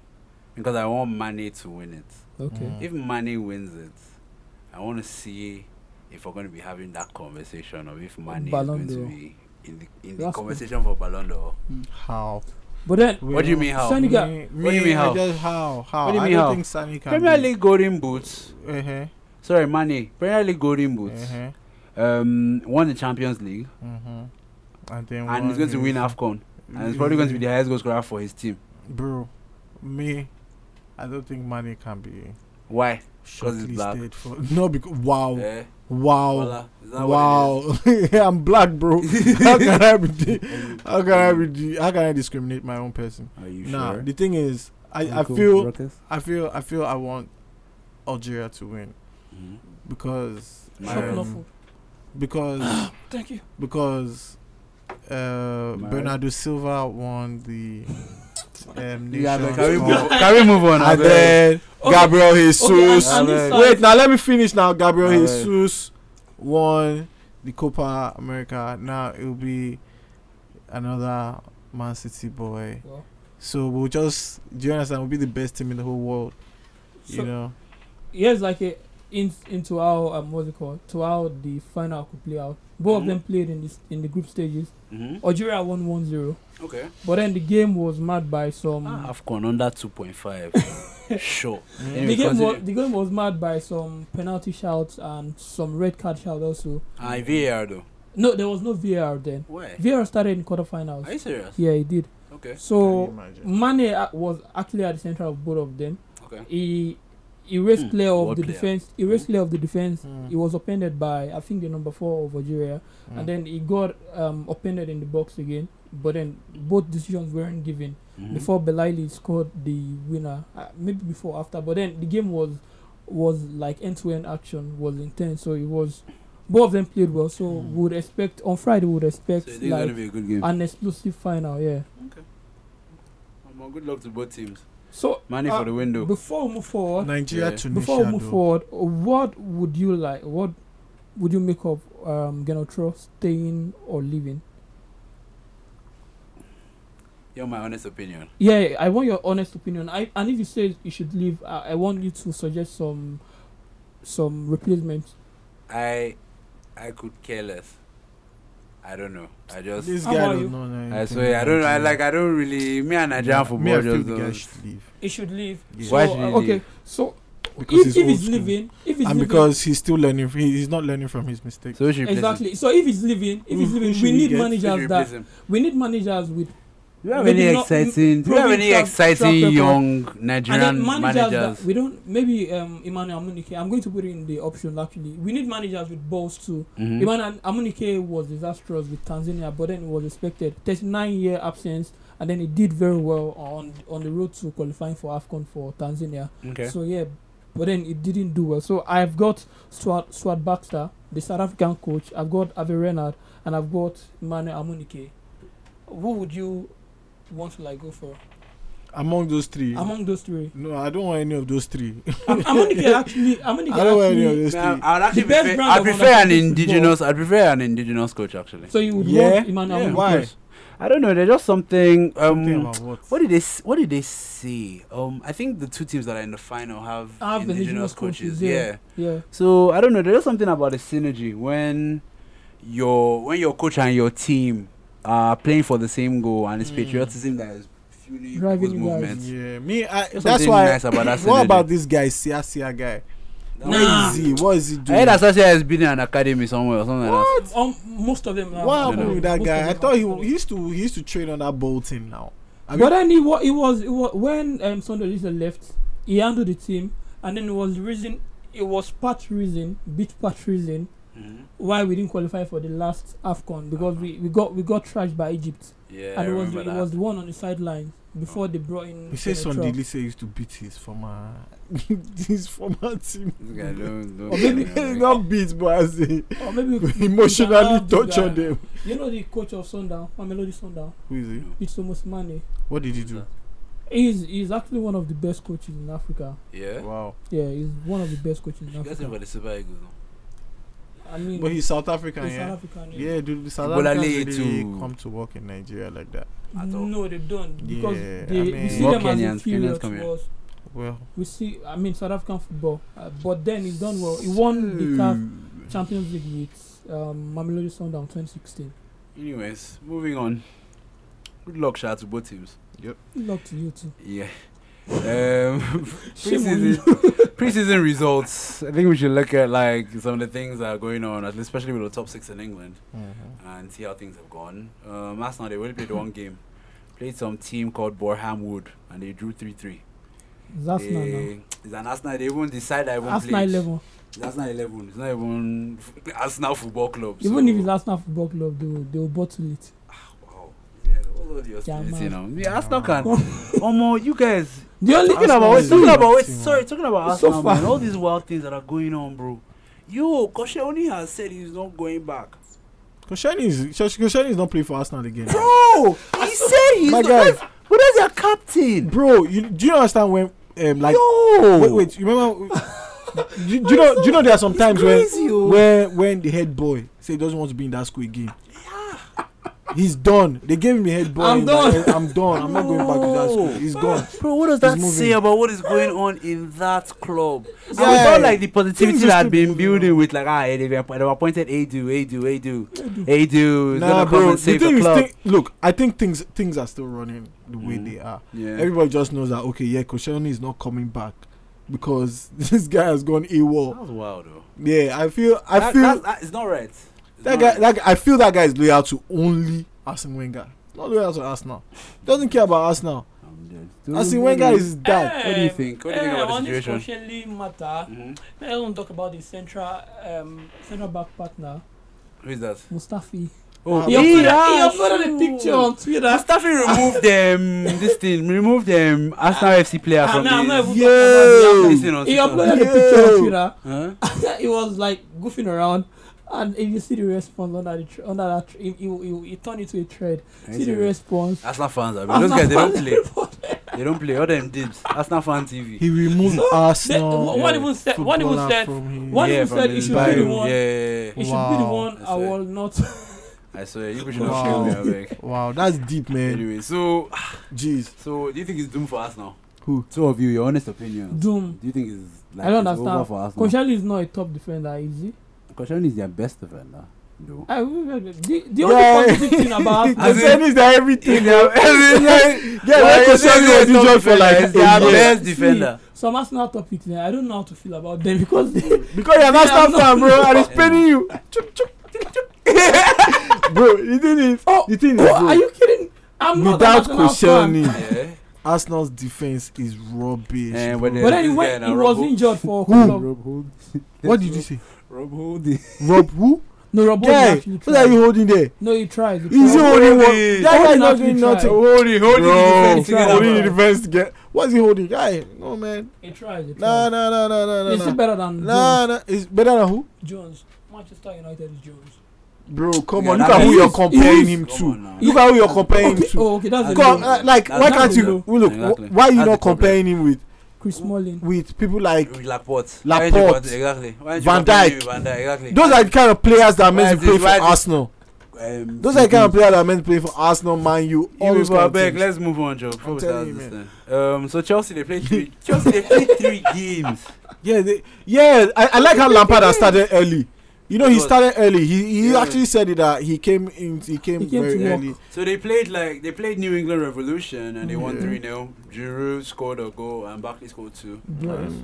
S1: because I want Mane to win it.
S5: okay.
S4: Mm.
S1: If Mane wins it, I want to see if we're going to be having that conversation or if Mane
S5: Ballon
S1: is going
S5: d'Or.
S1: to be in the in
S5: That's
S1: the
S5: good.
S1: conversation for Ballon d'Or.
S4: How?
S5: But then
S1: What do you mean how?
S5: Senegal- Nigga,
S4: Me,
S1: what do you
S4: me,
S1: mean
S4: I
S1: how?
S4: just- how? How?
S1: What do you
S4: I
S1: mean
S4: don't
S1: how?
S4: think Sani can.
S1: Premier
S4: be-
S1: League Golden Boots.
S4: Uh-huh,
S1: Sorry, Mane. Premier League Golden Boots.
S4: uh-huh,
S1: Um, won the Champions League
S4: uh-huh. And then
S1: and he's
S4: one
S1: going to
S4: is-
S1: win Afcon and
S5: Mm.
S1: he's probably going to be the highest goal scorer for his team.
S4: Bro, me, I don't think money can be
S1: Why? it's black.
S4: shortlisted for. No, because
S5: Oh.
S4: wow,
S1: Eh,
S4: wow,
S1: voila. Is that what
S4: wow. I'm black, bro. how can I be? di- How can I be? di- How can I discriminate my own person?
S1: it is? Are you
S4: Nah,
S1: sure?
S4: the thing is, I, I
S1: Uncle
S4: feel,
S1: Ruckus?
S4: I feel, I feel, I want Algeria to win
S1: Mhm.
S4: because,
S1: Shut
S5: Shop
S1: Um,
S5: no food.
S4: because.
S5: Thank you.
S4: because uh,
S1: Mar-
S4: Bernardo Silva won the um,
S1: You are like,
S4: Nations
S1: Can we
S4: Cup.
S1: move- can we move on? I
S4: and
S1: beg?
S4: then
S5: Okay.
S4: Gabriel
S5: Okay,
S4: Jesus.
S5: and, and this
S1: Abeg.
S5: side-
S4: Wait, now let me finish. Now Gabriel
S1: Abeg.
S4: Jesus won the Copa America. Now it'll be another Man City boy.
S5: Well,
S4: So we'll just do you understand? We'll be the best team in the whole world.
S5: so-
S4: you know.
S5: yes, like a, in, into how um, what's it called? To how the final could play out. Both
S1: Mhm.
S5: of them played in this in the group stages.
S1: Mhm.
S5: Algeria won 1-0,
S1: Okay.
S5: but then the game was marred by some.
S1: Ah, Afcon under 2.5. sure.
S4: Mm.
S5: the
S1: Anyway,
S5: game was
S1: continue.
S5: the game was marred by some penalty shouts and some red card shout also.
S1: Ah, VAR though.
S5: No, there was no VAR then.
S1: Why?
S5: VAR started in
S1: Are
S5: quarterfinals.
S1: you serious?
S5: Yeah, it did.
S1: Okay.
S5: So
S4: Can you
S5: Mane uh, was actually at the center of both of them.
S1: Okay.
S5: He he raced
S1: Hmm,
S5: clear of
S1: what
S5: the
S1: player? Hmm.
S5: defense. He raced clear of the defense.
S4: imagine?
S5: He was upended by I think the number four of Algeria, Mm.
S1: Hmm.
S5: and then he got um, upended in the box again. But then both decisions weren't given
S1: Mhm.
S5: Mm-hmm. before Belaili scored the winner. Uh, maybe before after, but then the game was was like end to end action was intense. So it was both of them played well. So
S4: Mm.
S5: we would expect on Friday we would
S1: So
S5: expect
S1: it's going to
S5: like
S1: be a good game.
S5: an explosive final. Yeah.
S1: Omo, good luck to both teams.
S5: So
S1: Money
S5: uh,
S1: for the window.
S5: before we move forward,
S4: Nigeria,
S1: Yeah.
S4: Tunisia.
S5: before we move
S4: though.
S5: forward, what would you like? What would you make of um, Genotro staying or leaving?
S1: You're my honest opinion.
S5: Yeah, I want your honest opinion. I and if you say you should leave, I, I want you to suggest some some replacements.
S1: I I could care less. I don't know. I just
S4: This
S5: How
S4: guy
S5: about
S4: don't
S5: you?
S4: know anything
S1: I swear I don't know. I
S4: Nigeria.
S1: like I don't really me and Nigerian
S4: Yeah,
S1: football
S4: Me, I feel
S1: just uh,
S4: the guy
S1: don't.
S4: should leave
S5: He should leave. uh,
S4: Yeah.
S1: Why should he
S5: okay,
S1: leave?
S5: so
S4: Because
S5: if,
S4: he's
S5: if
S4: old
S5: he's
S4: school.
S5: leaving, if he's
S4: and
S5: leaving,
S4: because he's still learning. he- He's not learning from his mistakes.
S1: So we should replace him.
S5: exactly. So if he's leaving, if he's
S4: Who- who
S5: leaving,
S4: should
S5: we
S4: we
S1: We
S4: get?
S5: need
S1: should
S5: managers
S1: replace
S5: that
S1: him.
S5: we need managers with
S1: Do you have
S5: Maybe
S1: any
S5: not-
S1: exciting? Do you have any
S5: proven track- track
S1: exciting
S5: record.
S1: young
S5: and
S1: Nigerian
S5: then managers, that-
S1: managers?
S5: we don't maybe um Emmanuel Amunike. I'm going to put it in the option actually. We need managers with balls too.
S1: Mhm.
S5: Emmanuel Amunike was disastrous with Tanzania, but then it was expected. 39 year absence, and then he did very well on on the road to qualifying for Afcon for Tanzania.
S1: Okay.
S5: So yeah, but then it didn't do well. So I've got Stuart, Stuart Baxter, the South African coach. I've got Ave Renard, and I've got Emmanuel Amunike. Who would you want to like go for
S4: Among those three.
S5: among those three?
S4: no, I don't want any of those three.
S5: Am- Amunike actually, Amunike
S4: I don't want any of
S5: actually.
S4: those
S1: Now,
S4: three.
S1: I'd actually
S5: The best
S1: prefer,
S5: brand
S1: I
S5: of
S1: prefer
S5: Ronaldo
S1: an
S5: is
S1: indigenous. I prefer an indigenous coach actually.
S5: So you would
S4: Yeah?
S5: want Emmanuel
S4: Yeah,
S5: Amunike.
S4: why?
S1: I don't know. There's just something. Um,
S4: Something about what?
S1: What did they s- What did they say? Um, I think the two teams that are in the final have,
S5: Have
S1: indigenous,
S5: the indigenous
S1: coaches.
S5: coaches,
S1: Yeah.
S5: yeah. Yeah.
S1: So I don't know. There's just something about the synergy when your when your coach and your team are playing for the same goal, and it's
S4: Mm.
S1: patriotism that is fueling people's
S5: Driving you guys.
S1: movements.
S4: Yeah, me. I,
S1: There's
S4: that's
S1: something
S4: why.
S1: nice about that
S4: what
S1: synergy.
S4: about this guy, Sia Sia guy?
S1: That
S5: Nah.
S1: one-
S4: Where is he? What is he
S1: I
S4: doing?
S1: heard Asasia is building an academy somewhere or something like that.
S5: Um, most of them. have-
S4: what
S1: No,
S4: happened
S1: no.
S4: with that
S5: most of
S4: guy? I
S5: them
S4: thought he,
S5: have-
S4: he used to he used to train on that Bolton now. I
S5: but then he was, he was, he was when um, Sunday Lisa left, he handled the team, and then it was the reason, it was part reason, bit part reason
S1: Mhm.
S5: why we didn't qualify for the last Afcon because we, we got we got trashed by Egypt,
S1: Yeah, I
S5: and it was
S1: remember
S5: the, it
S1: that.
S5: was the one on the sideline before they brought in. uh,
S4: He says
S5: Kenneth Trapp.
S4: Sunday Lisa used to beat his former his former team.
S1: This guy don't- don't
S5: Or maybe-
S1: get me wrong.
S4: Not beat, but as he
S5: Or maybe we-
S4: emotionally
S5: we can have the
S4: tortured
S5: guy.
S4: them.
S5: You know the coach of Sundown, Mamelodi Sundown,
S4: Who is he?
S5: it's almost money.
S4: What did he do?
S5: eh. He's he's actually one of the best coaches in Africa.
S1: Yeah.
S4: Wow.
S5: Yeah, he's one of the best coaches in
S1: You guys
S5: Africa.
S1: him for the Super Eagles. though.
S5: I mean,
S4: But he's South African,
S5: he's
S4: yeah.
S5: South African.
S4: Yeah, dude, the South
S1: Ebola
S4: Africans
S1: lay
S4: really
S1: to-
S4: come to work in Nigeria like that.
S1: at all.
S5: No, they don't because
S4: Yeah,
S5: they
S4: I
S5: we
S4: mean-
S5: see
S4: More
S5: them as
S1: Kenyans,
S5: inferior
S1: Kenyans come
S5: to
S1: here.
S5: us.
S4: Well,
S5: We see, I mean, South African football, uh, but then he's done well. He won the CAF
S4: mm-hmm.
S5: Champions League with um, Mamelodi Sundown 2016.
S1: Anyways, moving on. Good luck, shout out to both teams.
S5: Good luck to you too.
S1: Yeah. Um,
S5: Shame on
S1: preseason,
S5: you.
S1: preseason results. I think we should look at like some of the things that are going on, at least especially with the top six in England, and see how things have gone. Um, last night they only played one game. Played some team called Borham Wood, and they drew three three.
S5: That's not now.
S1: They- It's an Arsenal. They even decide I won't
S5: That's
S1: play.
S5: not
S1: it.
S5: level.
S1: It's Arsenal eleven. It's not even f- Arsenal Football Club.
S5: Even
S1: so-
S5: if it's Arsenal Football Club, they will, they will bottle it.
S1: Wow. Yeah, all of the hostility
S5: mad.
S1: now. Yeah, Arsenal can. Omo, you guys,
S5: The only
S1: talking
S5: thing
S1: about
S4: Arsenal
S1: wait,
S4: is
S1: talking
S4: doing
S1: about wait,
S4: nothing,
S1: sorry, talking about
S5: It's so
S1: Arsenal, man.
S5: far.
S1: All these wild things that are going on, bro. Yo, Koscielny has said he's not going back.
S4: Koshani is Kosh- Koscielny is not playing for Arsenal again.
S1: Bro, he said he's
S4: My
S1: not.
S4: guy.
S1: That's, but that's their captain.
S4: Bro, you, do you understand when um, like
S1: Yo,
S4: wait, wait, you remember? do, do you know? Do you know there are some times when
S1: crazy, oh.
S4: when when the head boy say he doesn't want to be in that school again. He's done. They gave him the head boy.
S5: I'm
S4: He's like,
S5: done.
S4: "Eh, I'm done. I'm not going back to that school.
S1: No.
S4: He's gone.
S1: Bro, what does that
S4: He's
S1: say
S4: moving.
S1: about what is going on in that club? And
S4: Yeah.
S1: without like the
S4: Things
S1: positivity
S4: are
S1: that had
S4: still
S1: been
S4: moving
S1: building with like ah, eh, they've they've appointed Adu, Adu, Adu, Adu is
S4: Nah,
S1: gonna come
S4: bro.
S1: and
S4: The
S1: save the,
S4: thing is,
S1: club.
S4: thi- look, I think things things are still running the way
S1: Mm.
S4: they are.
S1: yeah.
S4: Everybody just knows that. Okay, yeah, Koscielny is not coming back because this guy has gone AWOL.
S1: That was wild though.
S4: Yeah, I feel. I
S1: Oh. That-
S4: feel
S1: that's- that is not right. It's not
S4: That guy,
S1: right.
S4: that guy, I feel that guy is loyal to only Arsene Wenger. Not loyal to Arsenal. Doesn't care about Arsenal.
S1: I'm dead.
S4: Arsene Wenger is his dad.
S1: What do you think? What do you think
S5: Eh,
S1: about the
S5: on this
S1: situation?
S5: Koscielny matter,
S1: Mhm.
S5: I don't eh, talk about the central um, central back partner,
S1: Who is that? Ah,
S5: Mustafi.
S4: Oh,
S5: He uploaded,
S1: yeah,
S5: he uploaded a
S1: sure.
S5: picture on Twitter.
S1: Mustafi removed them. this thing removed them. Arsenal FC player
S5: Ah,
S1: from
S5: no, I'm not
S1: the.
S5: even talking
S1: This thing on
S5: He
S1: Twitter.
S5: uploaded a picture on
S4: Yo.
S5: Twitter.
S1: Huh?
S5: He was like goofing around, and if you see the response under the tr- under that, tr- he, he, he, he turned into a thread. See the response.
S1: Arsenal fans, I mean, Ah, those guys they don't play.
S5: play.
S1: They don't play. All them dibs. Arsenal fan TV.
S4: He removed Arsenal.
S5: one even said, one even
S4: footballer
S5: said,
S4: from him.
S5: one-
S1: yeah,
S5: even
S1: from
S5: said
S1: his
S5: he should
S4: be the
S1: bio.
S5: one-
S1: Yeah, yeah,
S5: it
S1: yeah.
S5: should be the
S4: Wow.
S5: one
S1: That's
S5: I
S1: right.
S5: will not.
S1: I swear, you people should not
S4: Wow.
S1: kill me. I beg.
S4: Wow, that's deep, man.
S1: Anyway, so
S4: Jeez.
S1: so do you think it's doomed for Arsenal?
S4: Who?
S1: Two of you, your honest opinion.
S5: Doom.
S1: Do you think it's like
S5: I don't
S1: it's over
S5: understand.
S1: for Arsenal?
S5: Koscielny is not a top defender, is he?
S1: Koscielny is their best defender. No.
S5: I, the the
S4: Yeah.
S5: only positive thing about Arsenal-
S1: As in-
S4: Koscielny is the everything. Yeah, yeah, like Koscielny was injured for like
S1: He's
S4: a
S1: their
S4: year.
S1: best defender.
S5: some Arsenal topics. eh, I don't know how to feel about them because they,
S4: Because you're an Arsenal
S5: not-
S4: fan, bro, and he's paying you. Chup, chup, chup, chup. Bro, the thing is,
S5: Oh,
S4: the thing is,
S5: oh, are
S4: bro,
S5: you kidding? I'm not an
S4: without eh,
S5: Arsenal fan.
S4: Koscielny,
S1: Yeah.
S4: Arsenal's defense is rubbish.
S1: Eh,
S4: bro.
S1: but
S5: But then he
S1: This
S5: went.
S1: guy
S5: He
S1: now, Rob
S5: was
S1: Hood.
S5: injured for a couple of
S1: Rob Hood.
S4: what did you say?
S1: Rob Hood.
S4: Rob who?
S5: No, Rob Holding
S4: Guy,
S5: actually
S4: what are
S5: tried.
S4: you holding there?
S5: No, he tried. He
S4: Is he
S5: tried.
S4: holding what?
S1: Holding.
S4: That guy's
S5: Holding
S4: not
S5: actually
S4: doing
S5: tried.
S4: nothing.
S1: Holding, holding
S4: Bro,
S1: the defense together.
S4: holding the
S1: bro.
S4: defense together. What's he holding? Guy, no man.
S5: He tried. He tried.
S4: Nah, nah, nah, nah, nah, nah.
S5: He's still
S4: nah.
S5: better than
S4: Nah, nah. It's better than who?
S5: Jones. Jones. Manchester United is Jones.
S4: Bro, come
S1: Yeah,
S4: on. Look
S1: that
S4: at who
S1: is-
S4: you're comparing
S1: is-
S4: him
S1: come
S4: to.
S1: on now.
S4: Look at who you're comparing him to.
S5: Oh, okay, that's the
S4: Come,
S5: problem.
S4: uh, like,
S1: That's
S4: why
S1: the
S4: can't you
S1: problem.
S4: well, look?
S1: Exactly.
S4: wh- Why are you
S1: That's the
S4: not
S1: problem.
S4: comparing him with
S5: Chris Smalling.
S4: with people like
S1: With Laporte.
S4: Laporte.
S1: Why did you want- Exactly. Why did you
S4: Van
S1: want to
S4: Dijk.
S1: give me Van Dijk. Exactly.
S4: those are the kind of players that are
S1: Why
S4: meant to
S1: did-
S4: play for
S1: why did-
S4: Arsenal.
S1: Um,
S4: Those are the kind of players that are meant to play for Arsenal, Man U, all those
S1: Even
S4: kind of
S1: back,
S4: things.
S1: let's move on, Joe. Before we
S4: telling
S1: start
S4: you,
S1: this thing. Um, so Chelsea they played three. Chelsea they played three games.
S4: Yeah, they, yeah. I, I like how Lampard has started early. You know, he
S1: Because-
S4: started early. He he
S1: Yeah.
S4: actually said it that he came in. He came,
S5: He came
S4: very
S5: to work.
S4: early.
S1: So they played like they played New England Revolution and they won
S4: Yeah.
S1: three 0 Giroud scored a goal and Barkley scored two.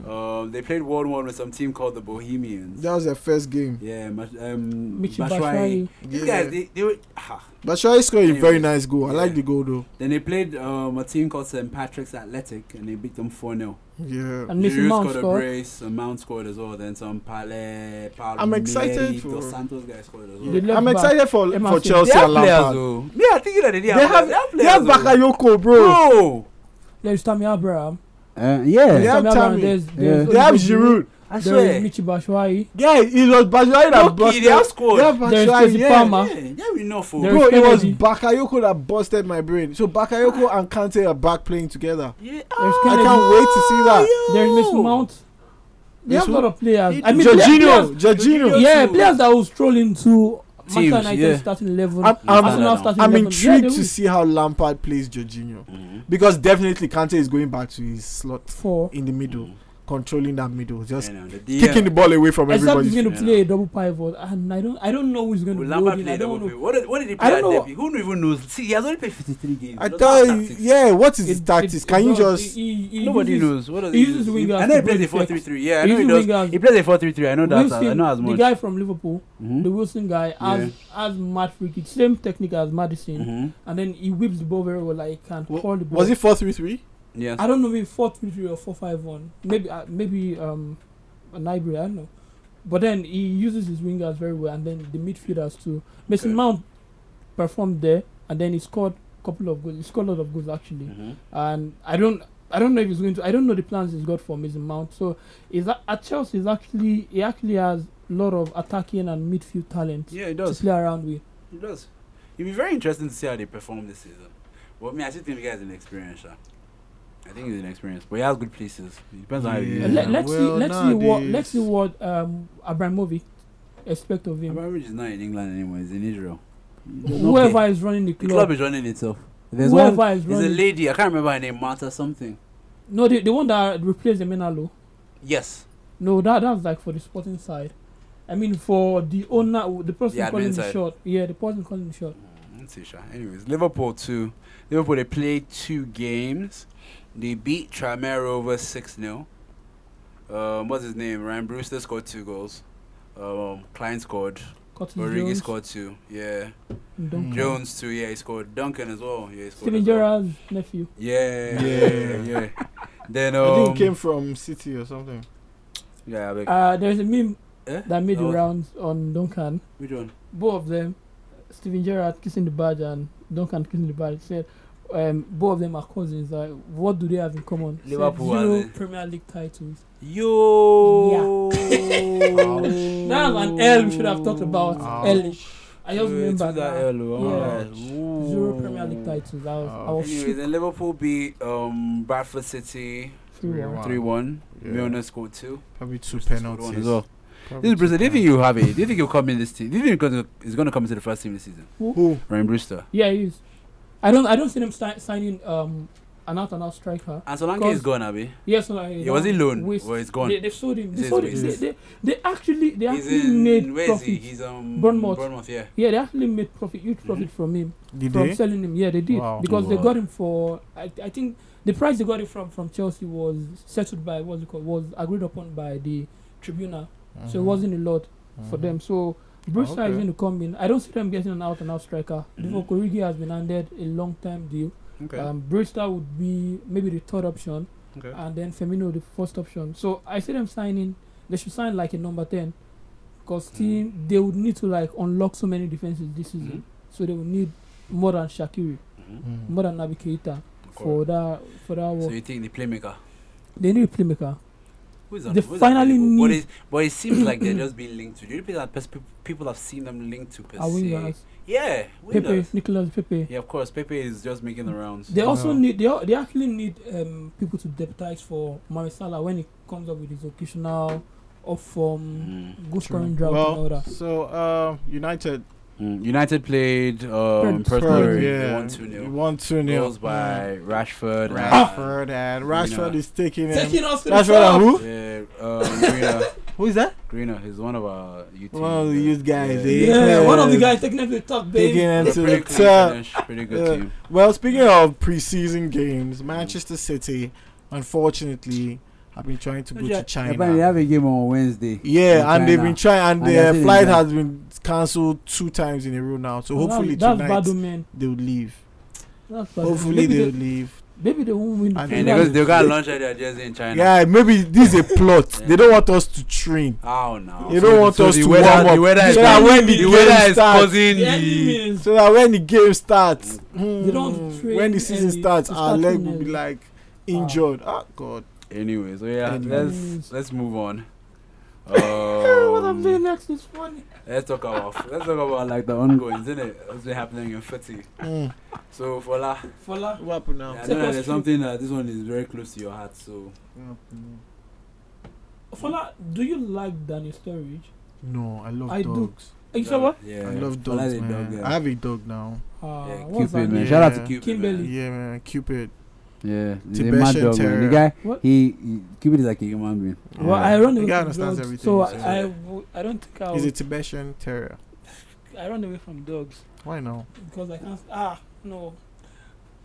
S1: Um, they played one one with some team called the Bohemians.
S4: That was their first game.
S1: Yeah, Mas- um,
S5: Michy
S1: Batshuayi.
S5: Batshuayi.
S1: These
S4: Yeah.
S1: guys, they, they were. Ah.
S4: But Shai scored a very
S1: Anyways,
S4: nice goal. I like
S1: yeah.
S4: the goal though.
S1: Then they played um, a team called St Patrick's Athletic and they beat them four 0
S4: Yeah.
S5: And Mason
S1: Giroud
S5: Mount
S1: scored a
S5: scored.
S1: brace, and Mount scored as well. Then some Pale, Paulo
S4: I'm excited
S1: Neri,
S4: for-
S1: Dos Santos guys scored as well.
S5: The left
S4: I'm
S5: back.
S4: excited for
S5: Emerson.
S4: for
S5: They
S4: Chelsea and Lampard.
S1: though. Yeah, I think you know they,
S4: They have they have Bakayoko, bro.
S1: bro.
S5: There's Tammy Abraham.
S1: Uh, yeah,
S4: They have
S5: Tammy Abraham.
S4: Tammy.
S5: There's,
S1: Yeah.
S5: there's
S4: They have Giroud.
S1: I
S5: There is Michi Batshuayi.
S4: Yeah, it was Batshuayi that
S1: Lucky
S4: busted.
S1: they have scored.
S4: They have
S5: There's
S4: Batshuayi.
S5: Kezi
S4: Yeah.
S5: Palmer.
S1: yeah, yeah, we know for
S5: There-
S4: Bro, it was
S5: Kennedy.
S4: Bakayoko that busted my brain. So Bakayoko and Kante are back playing together.
S1: yeah. ah,
S5: There's
S4: I
S5: Kennedy.
S4: can't wait to see that.
S5: There's Mason Mount. They
S4: Yes,
S5: have a lot of players. I mean,
S4: Jorginho,
S5: Jorginho.
S4: Jorginho.
S5: Players, yeah, players that will stroll into Manchester
S1: Teams,
S5: United
S1: yeah.
S5: starting 11.
S4: I'm- I'm-
S5: Arsenal
S1: I'm
S5: starting
S4: I'm
S5: 11.
S4: intrigued
S5: yeah,
S4: to see how Lampard plays Jorginho
S1: Mm-hmm.
S4: because definitely Kante is going back to his slot
S5: Four.
S4: in the middle, controlling that middle, just
S1: You know, Mm-hmm. the
S4: kicking the ball away from
S5: Except he's
S4: everybody.
S5: going to
S1: Yeah.
S5: play a double pivot, and I don't, I don't know who's going to
S1: Will
S5: be
S1: Lampard
S5: holding.
S1: play
S5: I
S1: double
S5: don't know.
S1: pivot? What did, what did he
S5: I
S1: play
S5: don't
S1: at
S5: know.
S1: Derby? Who even knows? See, he has only played 53 games. He
S4: I
S1: doesn't have
S4: tell you,
S1: tactics.
S4: yeah. What is his
S5: It-
S4: tactics?
S5: it-
S4: Can you
S5: it does-
S4: just?
S5: he- he
S1: Nobody
S5: uses-
S1: knows. What does
S5: he uses
S1: he,
S5: wingers
S1: I know he
S5: to
S1: plays a
S5: break
S1: 4 3 3. Yeah, I know
S5: He
S1: he
S5: uses
S1: does.
S5: wingers.
S1: He plays a 4 3 3. I know that. I
S5: Wilson,
S1: know as
S5: The
S1: much.
S5: guy from Liverpool,
S1: Mhm.
S5: the Wilson guy, has has mad free kick, same technique as Madison,
S1: Mhm.
S5: and then he whips the ball very well. Like he can call the ball.
S4: Was it four three three?
S1: Yes.
S5: I don't know if four three three or four five one. Maybe uh, maybe um, an hybrid. I don't know. But then he uses his wingers very well, and then the midfielders too. Mason
S1: Okay.
S5: Mount performed there, and then he scored a couple of goals. He scored a lot of goals actually,
S1: Mhm.
S5: and I don't. I don't know if he's going to. I don't know the plans he's got for Mason Mount. So, is that at Chelsea? Is actually he actually has a lot of attacking and midfield talent
S1: Yeah, it
S5: to
S1: does.
S5: play around with.
S1: It does. It'll be very interesting to see how they perform this season. But me, I still think the guy's an experience, sha. I think he's an experience, but he has good places. It depends on how you
S4: Yeah.
S1: use
S5: Let,
S1: him.
S5: let's
S4: well,
S5: see. Let's see what.
S4: nowadays-
S5: Let's see what um Abramovich expect of him.
S1: Abramovich is not in England anymore. He's in Israel.
S5: Whoever is running the
S1: the
S5: club,
S1: club is running itself. There's
S5: whoever
S1: one.
S5: is
S1: There's a
S5: running,
S1: lady. I can't remember her name. Marta something.
S5: no, the, the one that replaced the Menalo.
S1: Yes.
S5: No, that that's like for the sporting side. I mean, for the owner, the person
S1: The admin
S5: calling the
S1: side.
S5: shot. Yeah, the person calling the shot.
S1: Let's see, sha. Anyways, Liverpool two. Liverpool they played two games. They beat Tranmere over six 0 Um, what's his name? Ryan Brewster scored two goals. Um, Klein scored.
S5: Cotton
S1: Origi
S5: Jones,
S1: scored two. Yeah.
S5: and Duncan.
S1: Jones too, yeah, he scored. Duncan as well, yeah, he scored.
S5: Steven
S1: as well.
S5: Gerrard's nephew.
S1: Yeah,
S4: Yeah.
S1: yeah, yeah. Then
S4: I
S1: um,
S4: think it came from City or something.
S1: yeah, like,
S5: Uh, there's a meme
S1: eh?
S5: that made the
S1: Oh.
S5: rounds on Duncan.
S1: which one?
S5: Both of them, Steven Gerrard kissing the badge and Duncan kissing the badge. Said, um, both of them are cousins. Like, what do they have in common? Said,
S1: Liverpool
S5: zero
S1: and-
S5: Premier League titles.
S1: Yo.
S5: That's an L we should have talked about.
S4: Ouch.
S5: L. I just
S1: Yeah,
S5: remember
S1: took that
S5: that.
S1: L, oh,
S5: Yeah.
S1: alright. Ooh.
S5: Zero Premier League Oh, titles. I was, I was
S1: Anyways,
S5: shook.
S1: then Liverpool beat um Bradford City
S5: Three one.
S1: three one.
S4: Yeah.
S1: Milner scored two.
S4: Probably two
S1: Scored
S4: penalties.
S1: one as well.
S4: Probably
S1: This is
S4: two
S1: Brazil. Do you think
S4: penalties.
S1: you have it? Do you think he'll come in this team? Do you think he's gonna- he's going to come into the first team this season?
S4: Who?
S1: Ryan Brewster.
S5: Yeah, he is. I don't I don't see them sti- signing um an out and out striker.
S1: And Solanke
S5: Because-
S1: is gone, Abby.
S5: Yes, no, I-
S1: Yeah, was he loan
S5: waste.
S1: or he's gone?
S5: They, they sold him.
S1: It
S5: They
S1: is
S5: sold him. They,
S1: waste.
S5: they, they actually they
S1: He's
S5: actually
S1: in.
S5: made
S1: Where is he? Mm-hmm.
S5: profit.
S1: He's um.
S5: Bournemouth.
S1: Bournemouth, yeah.
S5: Yeah, they actually made profit, huge profit from him
S4: Did
S5: from
S4: they?
S5: selling him. Yeah, they did
S4: Wow.
S5: because they
S1: Wow.
S5: got him for I, I think the price they got it from from Chelsea was settled by what's it called was agreed upon by the tribunal, so
S4: Mm-hmm.
S5: it wasn't a lot for
S1: Mm-hmm.
S5: them. So
S1: Oh,
S5: Bruce
S4: okay.
S5: is going to come in. I don't see them getting an out and out striker.
S1: Mhm.
S5: Divock Origi has been handed a long time deal.
S1: Okay.
S5: Um, Brewster would be maybe the third option,
S1: okay.
S5: and then Firmino the first option. So I see them signing. They should sign like a number ten. because
S1: Mm-hmm.
S5: team they would need to like unlock so many defenses this season.
S1: Mhm.
S5: So they would need more than Shakiri,
S1: Mm-hmm.
S7: Mm.
S5: more than Naby Keita for
S1: Correct.
S5: that for that
S1: So
S5: work.
S1: you think the playmaker?
S5: they need a playmaker.
S1: Who is that?
S5: They
S1: Who is
S5: finally
S1: available? But
S5: need-
S1: it, but it seems like they're just being linked to. Do you think that pers- peop- people have seen them linked to per
S5: Our
S1: se?
S5: wingers,
S1: Yeah,
S5: Pepe,
S1: wingers.
S5: Nicolas Pepe.
S1: Yeah, of course. Pepe is just making the rounds.
S5: They also
S7: Yeah.
S5: need they, al- they actually need um, people to deputize for Mohamed Salah when he comes up with his occasional off form,
S1: Mm.
S5: good scoring drought and all
S4: Well,
S5: that.
S4: so um, United
S1: Mm. United played um,
S5: Brentford.
S1: Perth
S4: Spurs,
S1: Glory.
S4: yeah, Mm.
S1: One two nil.
S4: One two nil.
S1: Goals by Rashford. and-
S4: Rashford and Rashford
S1: Mina.
S4: is taking him.
S5: Taking us to the
S4: Rashford and
S5: top.
S4: who?
S1: Yeah, um, Greener.
S4: Who is that?
S1: Greener. He's one of our youth.
S4: One of the
S1: teams,
S4: youth guys, eh?
S5: Yeah, one of the
S4: Yes.
S5: guys taking us to the top,
S4: Taking
S5: baby.
S4: him
S1: They're
S4: to the
S1: pretty clean
S4: top.
S1: finish, Pretty good
S4: Yeah.
S1: team.
S4: Well, speaking of preseason games, Manchester City, unfortunately, have been trying to go to
S8: Japan, they
S4: China.
S8: have a game on Wednesday.
S4: Yeah, and they've been trying, and
S8: And they're
S4: their
S8: still in
S4: flight
S8: China.
S4: has been cancelled two times in a row now. So
S5: Well,
S4: hopefully
S5: that, that's
S4: tonight
S5: bad, man.
S4: they will leave.
S5: That's bad.
S4: Hopefully
S5: maybe
S4: they will leave.
S5: maybe they won't win.
S4: And
S5: the
S1: And
S5: Premier
S1: they
S5: League.
S1: they got launch at their jersey in China.
S4: Yeah, maybe this is a plot.
S1: Yeah.
S4: They don't want us to train.
S1: Oh no.
S4: They don't want
S1: so
S4: us
S1: the
S4: to
S1: weather-
S4: warm up.
S1: The weather is
S4: so that when the,
S1: the
S4: game
S1: weather is
S4: starts-
S1: causing
S5: The
S1: the.
S5: enemies.
S4: so that when the game starts,
S5: They don't
S4: hmm,
S5: train
S4: when the season
S5: early,
S4: starts,
S5: they
S4: our
S5: start
S4: leg
S5: too
S4: will be
S5: early.
S4: like injured. Oh God!
S1: Anyway, so yeah,
S5: Enemies.
S1: let's let's move on.
S5: what I'm doing
S1: Um,
S5: next is funny.
S1: let's talk about let's talk about like the ongoings, isn't it? What's been happening in Fiti?
S4: Mm.
S1: So Fola,
S5: Fola.
S4: What happened now?
S1: I
S5: Um, Take
S1: know that
S5: us
S1: there's
S5: through.
S1: something that this one is very close to your heart. So
S5: Fola, do you like Daniel Sturridge?
S7: No, I love
S5: I do.
S7: dogs.
S5: Are you sure what?
S1: Yeah,
S4: I love
S1: Fola
S4: dogs,
S1: is a
S4: man.
S1: dog, yeah.
S4: I have a dog now.
S5: Uh,
S1: Yeah,
S5: what's
S8: Cupid,
S5: that
S8: man.
S5: name?
S8: Shout out
S4: Yeah.
S8: to Cupid.
S5: Kimberly.
S8: Man.
S4: Yeah, man, Cupid.
S8: Yeah, he's a
S4: Tibetan
S8: mad dog, man.
S4: Terrier.
S8: The guy,
S5: What?
S8: he, he Cupid is like a human being.
S5: Well,
S4: Yeah.
S5: I run away
S4: The guy
S5: from
S4: understands
S5: dogs,
S4: everything,
S5: so
S4: so-
S5: I, I, w- I don't think I
S4: He's a
S5: would,
S4: Tibetan terrier.
S5: I run away from dogs
S4: Why now?
S5: because I can't. Ah, no,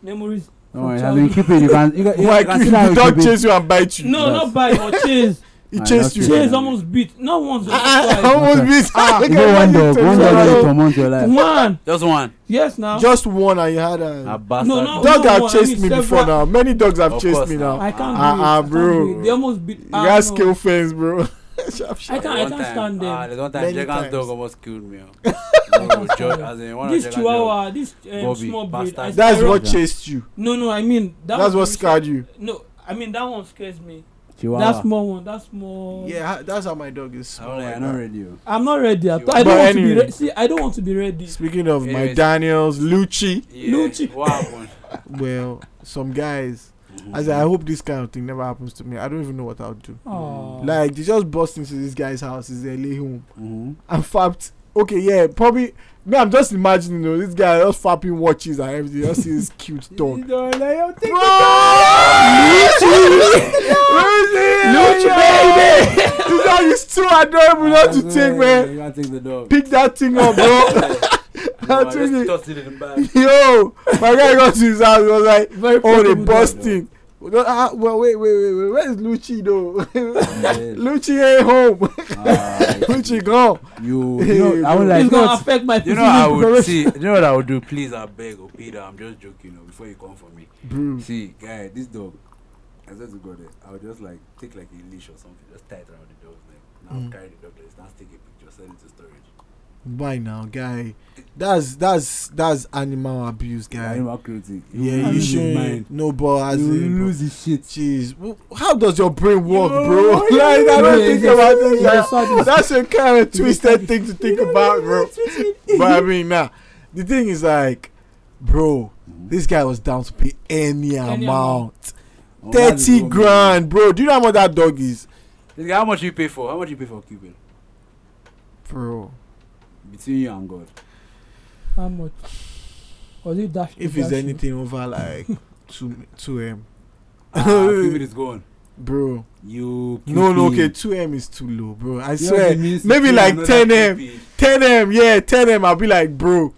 S5: memories.
S8: Don't
S5: from
S8: worry, I mean
S5: childhood.
S8: Cupid. You can, you can, you
S4: Why
S8: can
S4: Cupid
S8: sit down with
S4: dog
S8: Cupid.
S4: chase you and bite you?
S5: No, not by or chase.
S4: He
S8: Ah, not
S4: chased you.
S8: chase.
S5: Chase almost beat. Not once.
S4: I
S5: but
S4: almost
S1: Ah,
S8: Okay.
S4: missed. Look
S8: You
S4: at
S8: know
S4: what
S8: one
S4: you
S8: dog,
S4: told
S8: one
S4: me.
S8: dog that will torment your
S5: twice.
S8: life.
S5: One.
S1: Just one.
S5: Yes, now.
S4: ah, oh. Just one, and you had a
S1: A bastard.
S5: No, no.
S4: dog.
S5: one,
S4: Have
S5: I
S4: chased
S5: mean
S4: me before
S5: several.
S4: now. Many dogs have
S1: Of
S4: chased
S1: course
S4: me
S1: now.
S4: now.
S5: I can't
S4: Ah,
S5: do it.
S4: ah,
S5: I can't
S4: bro.
S5: do it. They almost beat.
S4: You
S5: ah,
S4: got
S5: no.
S4: skill fence, bro. Sharp,
S5: I
S4: sharp.
S5: can't. I
S1: One
S5: can't
S1: time,
S5: stand them.
S1: Ah, there's one time
S4: Many
S1: Jagan's
S4: times.
S1: dog almost killed me. oh.
S5: can't
S1: Jo-
S5: stand them.
S1: as in, one of Jagan's
S5: this
S1: dog.
S5: chihuahua, this um,
S1: Bobby,
S5: small breed. I-
S1: bastard.
S4: That's
S5: I run-
S4: what
S8: Yeah.
S4: chased you.
S5: No, no. I mean that.
S4: That's
S5: one
S4: what
S5: is-
S4: scarred you.
S5: No, I mean that one scares me.
S8: Chihuahua.
S5: That small one. That small.
S4: Yeah, that's how my dog is.
S1: I don't like- I
S8: I
S1: don't
S8: know
S1: really-
S8: radio.
S5: I'm not ready. I,
S1: You
S5: thought- I don't
S4: are. But
S5: want to be
S4: anyway.
S5: ready. See, I don't want to be ready.
S4: Speaking of my
S1: Anyways.
S4: Daniels, Lucci.
S1: Yeah,
S5: Lucci.
S1: What happened?
S4: Well, some guys. I said, I hope this kind of thing never happens to me. I don't even know what I'll do.
S1: Oh.
S5: Aw.
S4: Like they just bust into this guy's house, his LA home,
S8: Mm-hmm.
S4: and fapped. Okay, yeah, probably. Me, I'm just imagining though, this guy just fapping watches and everything. Just see this cute dog. Bro! Lucci! Lucci, baby! This dog is too adorable not to take, man.
S1: You gotta take the dog.
S4: Pick that thing up, bro.
S1: No, I
S4: I'll take
S1: just
S4: it.
S1: tossed it in the bag.
S4: Yo, my guy got to his house. He was like,
S5: Very
S4: oh, they
S5: portable dog.
S4: busting. Ah, well, wait, wait, wait, wait. Where's Lucci though?
S8: Yeah.
S4: Lucci ain't home.
S8: Ah,
S4: Lucci gone.
S8: you, you know, I would
S4: It's
S8: like
S5: it's gonna
S8: not.
S5: affect my
S1: You know
S5: physical
S1: what I would
S5: preparation.
S1: see. You know what I would do? Please, I beg, oh Peter. I'm just joking. oh, before you come for me,
S4: Bro.
S1: see, guy, this dog. I said to God, eh, I would just like take like a leash or something, just tie it around the dog's neck. Now
S4: Mm.
S1: carry the dog, let's now take a picture, send it to storage.
S4: Bye now, guy. That's that's that's animal abuse, guy.
S8: Animal cruelty.
S4: Yeah, you
S8: lose your
S4: should
S8: mind.
S4: no ball
S8: You
S4: as in.
S8: lose his shit.
S4: Jeez, w- how does your brain work,
S8: You-
S4: bro? like I don't
S8: Yeah,
S4: think
S8: it's a-
S4: about this.
S8: it's a
S4: like,
S8: sadist.
S4: that's a kind of twisted thing to think about, bro. but I mean, nah. The thing is, like, bro, this guy was down to pay any,
S5: amount.
S4: amount,
S8: Oh, that's
S4: thirty
S8: good, man.
S4: grand, bro. Do you know how much that dog is,
S1: This guy, how much you pay for? How much you pay for Cuban?
S4: bro?
S1: Between you and God.
S5: How much? Was it dash?
S4: If
S5: dash
S4: it's anything over like two two m,
S1: Ah, Cuban is gone.
S4: bro.
S1: You.
S4: No, no,
S1: Cupid.
S4: okay, two m is too low, bro.
S8: You
S4: I
S8: know
S4: swear,
S8: the means-
S4: maybe
S1: You
S4: like
S1: know that
S4: ten m.
S1: Cupid.
S4: 10 m yeah 10 m i'll be like bro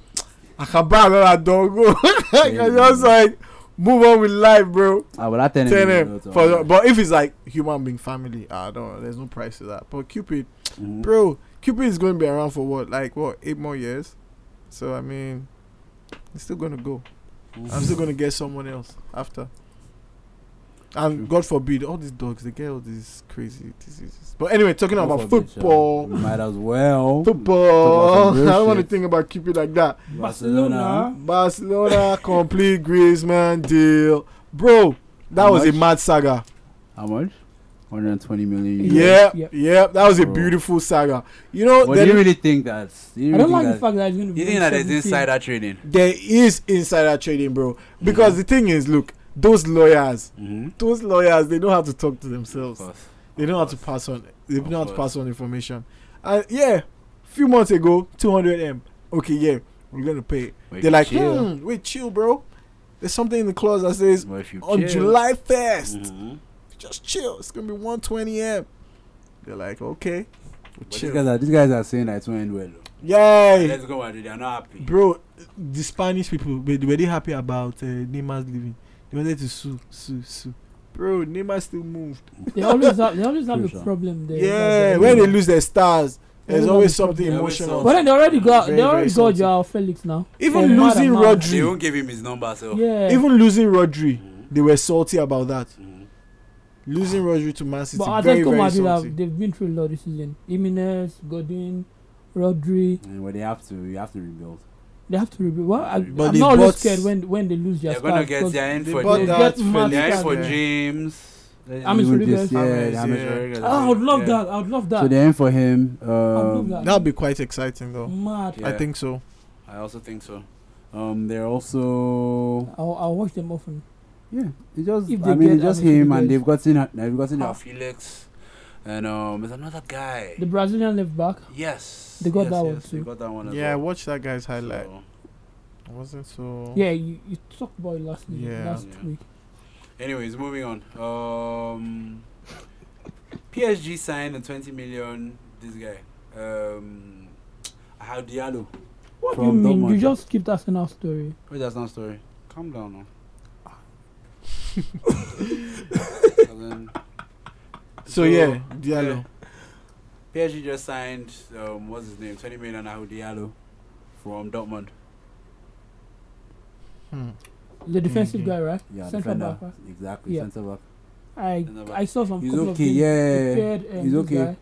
S4: i can buy another dog bro. i can just like move on with life bro
S1: Ah,
S8: I will attend
S4: 10 m for but if it's like human being family i don't know there's no price to that but cupid
S1: Mm-hmm.
S4: bro cupid is going to be around for what like what eight more years so i mean it's still going to go i'm still going to get someone else after And God forbid, all these dogs, they get all these crazy diseases. But anyway, talking
S1: God
S4: about
S1: forbid, sha.
S4: football.
S1: Might as well.
S4: Football.
S1: Talk about some real
S4: I don't want to
S1: shit.
S4: think about keeping like that.
S1: Barcelona.
S4: Barcelona complete Griezmann deal. Bro, that
S1: How
S4: was
S1: much?
S4: a mad saga.
S1: How much? 120 million. euros.
S4: Yeah, yeah,
S5: Yep.
S4: that was a
S1: Bro.
S4: beautiful saga. You know,
S1: But do
S4: there,
S1: you really think that? Do you
S5: I
S1: really
S5: don't like the
S1: think that?
S5: fact that it's going to be.
S1: You think that there's
S5: 17.
S1: insider trading?
S4: there is insider trading, bro. Because the thing is, look, those lawyers,
S1: Mm-hmm.
S4: those lawyers, they don't have to talk to themselves.
S1: course.
S4: They don't have to pass on. They
S1: Of
S4: don't have to
S1: course.
S4: pass on information. And yeah, few months ago, 200 m. Okay, yeah, we're gonna pay.
S1: But if you
S4: They're like,
S1: chill-
S4: hmm, wait, chill, bro. There's something in the clause that says
S1: but if you
S4: on
S1: chill-
S4: July 1st,
S1: Mhm.
S4: just chill. It's gonna be 120 m. They're like, okay, we'll
S1: But These
S4: chill.
S1: guys, are, these guys are saying that it's going to end well. though.
S4: Yay!
S1: Let's go, Madrid. They're not happy.
S4: bro the spanish people were, were they happy about uh, neymar's leaving they wanted to sue sue sue bro neymar still moved
S5: They always have. They always have
S1: Crucial.
S5: a problem there.
S4: yeah,
S5: That's the
S4: when
S5: thing.
S4: they lose their stars there's
S5: Yeah,
S4: always
S5: that's the
S4: something
S5: problem.
S1: Always
S4: emotional
S5: But then they already got.
S4: Very,
S5: they
S4: very
S5: already got
S4: salty.
S5: Joao Felix now.
S4: even
S5: They're mad
S4: losing
S5: at Man.
S1: They
S4: rodri
S1: won't give him his number, so.
S5: Yeah.
S4: even losing rodri
S1: Mhm.
S4: they were salty about that
S1: Mhm.
S4: losing
S1: Ah.
S4: rodri to man city
S5: but
S4: very
S5: Atletico
S4: very
S5: Madrid
S4: salty
S5: have. They've been through a lot this season. Jimenez, Godin, Rodri.
S1: And well, they have to, you have to rebuild.
S5: They have to rebuild. Well, I,
S1: But
S5: I'm
S4: they
S5: not always
S4: bought-
S5: scared when when they lose their
S1: They're gonna
S5: stars
S1: get
S5: because
S1: their end
S4: they
S1: for
S4: bought
S1: James.
S5: that
S4: that
S5: mad
S1: Their
S4: Felix
S1: end for
S4: there.
S1: James.
S5: Amos
S1: Even
S5: Rodriguez.
S1: this- Yeah,
S4: Amos,
S1: the Amos
S4: yeah.
S1: Rodriguez.
S5: Oh, I would love
S1: Yeah.
S5: that. I would love that.
S1: So the end for him.
S5: love
S1: um,
S5: that.
S4: that'll be quite exciting though
S5: Mad.
S1: Yeah.
S4: i think so
S1: I also think so. Um, they're also
S5: I'll, I'll watch them often.
S1: yeah. It's just
S5: If
S1: I
S5: they
S1: mean it's
S5: get
S1: just
S5: Amos
S1: him
S5: Rodriguez.
S1: and they've gotten uh, they've gotten
S5: Ah.
S1: their Felix, and um, there's another guy.
S5: The Brazilian left back.
S1: yes,
S5: They got
S1: yes,
S5: that one
S1: yes,
S5: too.
S1: They got that one. As
S4: yeah i
S1: well.
S4: watched that guy's
S1: So,
S4: highlight it wasn't so
S5: Yeah, you, you talked about it last week.
S4: Yeah.
S5: Last
S1: Yeah.
S5: week.
S1: Anyways, moving on. Um, PSG signed a 20 million. This guy, um, Ahmad Diallo.
S5: What do you
S1: From
S5: mean? You
S1: Dortmund.
S5: just skipped Arsenal story.
S1: Wait, that's not a story. Calm down now. And then
S4: so yeah diallo
S1: PSG just signed, um, what's his name, 20 million Ahu Diallo from Dortmund.
S4: Hmm.
S5: The defensive
S4: Mhm.
S5: guy, right?
S1: Mm-hmm. Yeah,
S5: Central
S1: defender.
S5: back, right?
S1: Exactly,
S5: Yeah.
S1: centre back.
S5: I
S1: Centre back.
S5: I saw some
S1: He's
S5: couple
S1: okay,
S5: of
S1: yeah.
S5: things. The third, um,
S1: He's
S5: this
S1: okay.
S5: Guy,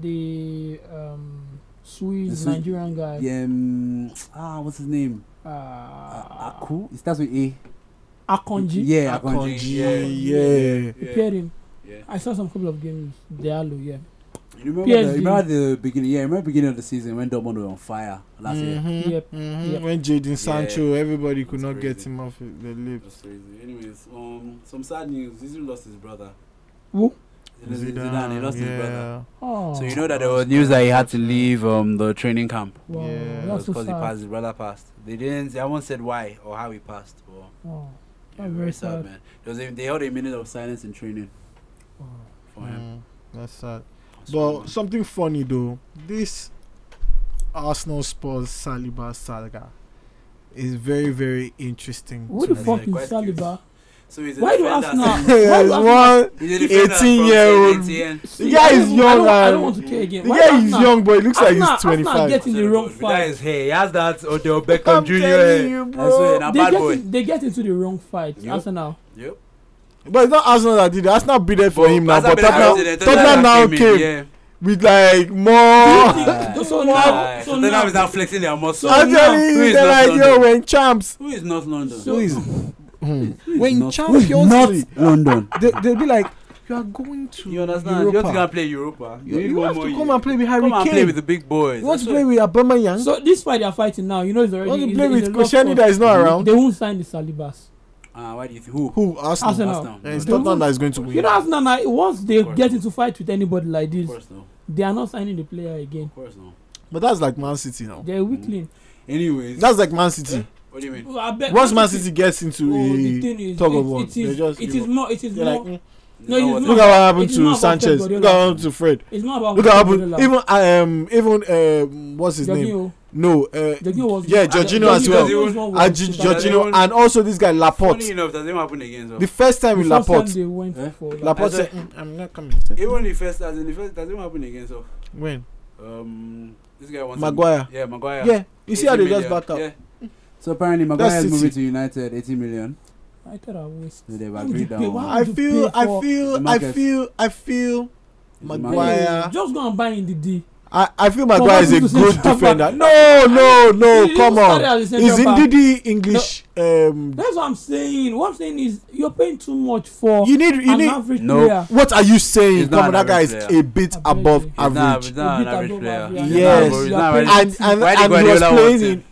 S5: the um,
S1: The
S5: Swiss
S1: Swiss-
S5: Nigerian guy.
S1: Yeah, um, ah, what's his name? Uh,
S5: Uh,
S1: Aku? It starts with A.
S5: Akonji.
S1: Yeah, Akonji.
S4: Akonji,
S1: Yeah,
S4: yeah.
S5: He
S1: yeah,
S5: paired him.
S1: yeah.
S5: I saw some couple of games. Diallo, yeah.
S1: You remember, the,
S5: PSG.
S1: remember the beginning? Yeah, remember the beginning of the season when Dortmund were on fire last year.
S4: Mhm,
S5: Yep,
S4: mhm.
S5: yep.
S4: When Jadon Sancho, everybody could
S1: It's
S4: not get
S1: crazy.
S4: him off the lip.
S1: That's crazy. Anyways, um, some sad news. Zizou lost his brother.
S5: Who?
S1: Zidane, Zidane, he lost his brother.
S5: Oh,
S1: So you know that there was news that he had to leave um, the training camp.
S5: wow,
S4: Yeah,
S5: that's so
S1: because he
S5: sad.
S1: passed. His brother passed. They didn't. They haven't said why or how he passed. But yeah,
S5: Oh, That's
S1: very
S5: very
S1: sad,
S5: sad.
S1: man. There was a, they held a minute of silence in training
S5: oh.
S1: for him.
S4: Mm, that's sad.
S1: So,
S4: Mm. But something funny though, this Arsenal Spurs Saliba saga is very very interesting.
S5: Who
S4: to
S5: the
S4: me.
S5: fuck is
S1: Quite cute.
S5: Saliba?
S1: so he's a
S5: Why do
S1: defender
S5: Arsenal?
S1: since-
S5: Why do
S4: There's
S5: Arsenal?
S4: one.
S1: he's a defender
S4: 18-year-old.
S1: from Saint-Étienne.
S5: See,
S4: guy
S5: I
S4: is
S5: don't- I
S4: young
S5: don't, I
S4: and-
S5: don't want to care again.
S4: The
S5: Why
S4: guy
S5: Arsenal?
S4: is young, but he looks like he's
S5: Arsenal- Arsenal
S4: 25.
S5: get in the wrong
S1: The guy
S5: fight.
S1: is hey, he has that Odell Beckham
S4: I'm
S1: Jr.
S4: telling you,
S1: I swear,
S4: bro.
S1: now
S5: They
S1: bad
S5: get,
S1: boy.
S5: in, they get into the wrong fight.
S1: Yep.
S5: Arsenal.
S1: Yep.
S4: But it's not Arsenal that did it. Arsenal beat it for
S1: But
S4: him now.
S1: Barca
S4: But
S1: better have
S4: Tottenham,
S1: it,
S4: Tottenham now
S1: in,
S4: came
S1: yeah.
S4: with like
S5: Do you
S4: more.
S5: think-
S1: Ah.
S5: so
S1: Ah,
S5: now, so
S1: Tottenham
S5: now,
S1: is now flexing their muscle.
S5: So- now-
S4: Actually,
S1: Who is
S4: they're
S1: not
S4: like yo,
S1: London?
S4: when champs,
S1: Who is North London?
S5: So- Who is-
S4: Hmm.
S1: Who
S4: when
S1: is
S4: champions,
S1: North
S4: League,
S1: London?
S4: they they'll be like, you are going to
S1: You understand? You have to
S4: Europa.
S1: go and play Europa.
S4: You,
S1: need
S4: you
S1: one
S4: have
S1: more
S4: to come
S1: year.
S4: and play with Harry
S1: Come and
S4: Kane.
S1: play with the big boys.
S4: you want to
S1: That's
S4: play
S1: what-
S4: with Aubameyang?
S5: so this fight they're fighting now, you know, it's
S4: you
S5: already.
S4: want to
S5: it's-
S4: play
S5: it's
S4: with
S5: a lost
S4: Koscielny
S5: cause.
S4: that is not around?
S5: They won't sign the Salibas.
S1: Ah, why do you think who?
S4: Who? Arsenal.
S5: Arsenal.
S1: Arsenal.
S4: And it's
S5: They
S4: Tottenham
S5: won't-
S4: that is going to win.
S5: You know, Arsenal now, once they
S1: course.
S5: get into fight with anybody like
S1: Of
S5: this,
S1: course no.
S5: they are not signing the player again.
S1: Of course no.
S4: but that's like Man City now.
S5: They're weakling.
S1: Anyways,
S4: That's like Man City.
S1: what do you mean?
S5: I bet
S4: Once Man City gets into
S5: Oh, the
S4: a
S5: thing is,
S4: tug of
S5: it-
S4: war,
S5: it
S4: they
S5: is,
S4: just
S5: it is more, it is
S4: they're
S5: more,
S4: like, "Mm,
S1: Now
S5: No, you
S1: what-
S5: do
S4: look at what happened
S5: it's not
S4: to
S5: about
S4: Sanchez.
S5: Pep Guardiola.
S4: Look at what happened to Fred.
S5: it's not about.
S4: Look at what happened.
S5: Guardiola.
S4: Even um, even um, what's his name?
S5: Jorginho.
S4: No, uh,
S5: Jorginho was
S4: yeah,
S5: and
S4: Jorginho as well.
S5: Jorginho's one was
S4: and Gi-
S5: super-
S4: Jorginho, and also this guy
S1: Funny
S4: Laporte.
S1: enough, that didn't happen again. So.
S4: The first time with
S5: The first time
S4: Laporte,
S5: they went
S1: Eh?
S5: for Laporte.
S4: Laporte
S1: I
S4: said,
S1: said-
S4: "Mm, "I'm not coming."
S1: Even the first, as in the first, that didn't happen again. So,
S4: When?
S1: um, this guy wants
S4: Maguire.
S1: Yeah, Maguire.
S4: Yeah, you see how
S1: 80
S4: they just
S1: million.
S4: backed up.
S1: Yeah. So apparently, Maguire
S4: That's
S1: is moving
S4: City.
S1: to United, 80 million.
S5: I thought I was.
S8: So they've
S5: Why would
S8: agreed
S5: you
S8: on
S5: pay-
S8: one.
S5: why
S4: I
S5: would you
S4: feel,
S5: pay
S4: I
S5: for-
S4: feel,
S8: the
S4: I
S8: market.
S4: feel, I feel. Maguire.
S5: Just go and buy in the D.
S4: I, I feel Maguire is a
S5: Converting to
S4: good
S5: central
S4: defender.
S5: back.
S4: No, no, no,
S5: He
S4: come
S5: even started
S4: on.
S5: as a
S4: He's
S5: central
S4: in
S5: back.
S4: Didi English. Um,
S5: That's what I'm saying. What I'm saying is you're paying too much for
S4: you need, you
S5: an
S4: need.
S5: average
S1: Nope.
S5: player.
S4: What are you saying?
S1: He's
S4: Come
S1: not
S4: on,
S1: an
S4: that guy
S1: average
S4: is
S1: player.
S4: a bit
S5: Above
S4: above
S5: you. He's
S1: Nah,
S4: average.
S1: he's not an
S5: Obita
S1: average
S5: Dova,
S1: player.
S5: yeah.
S1: He's
S4: Yes.
S1: not, bro, he's
S5: You
S1: not
S5: are
S1: really-
S5: paying-
S4: And and,
S1: Why did
S4: and he
S1: Guardiola
S4: was
S1: want
S4: playing
S1: him?
S4: in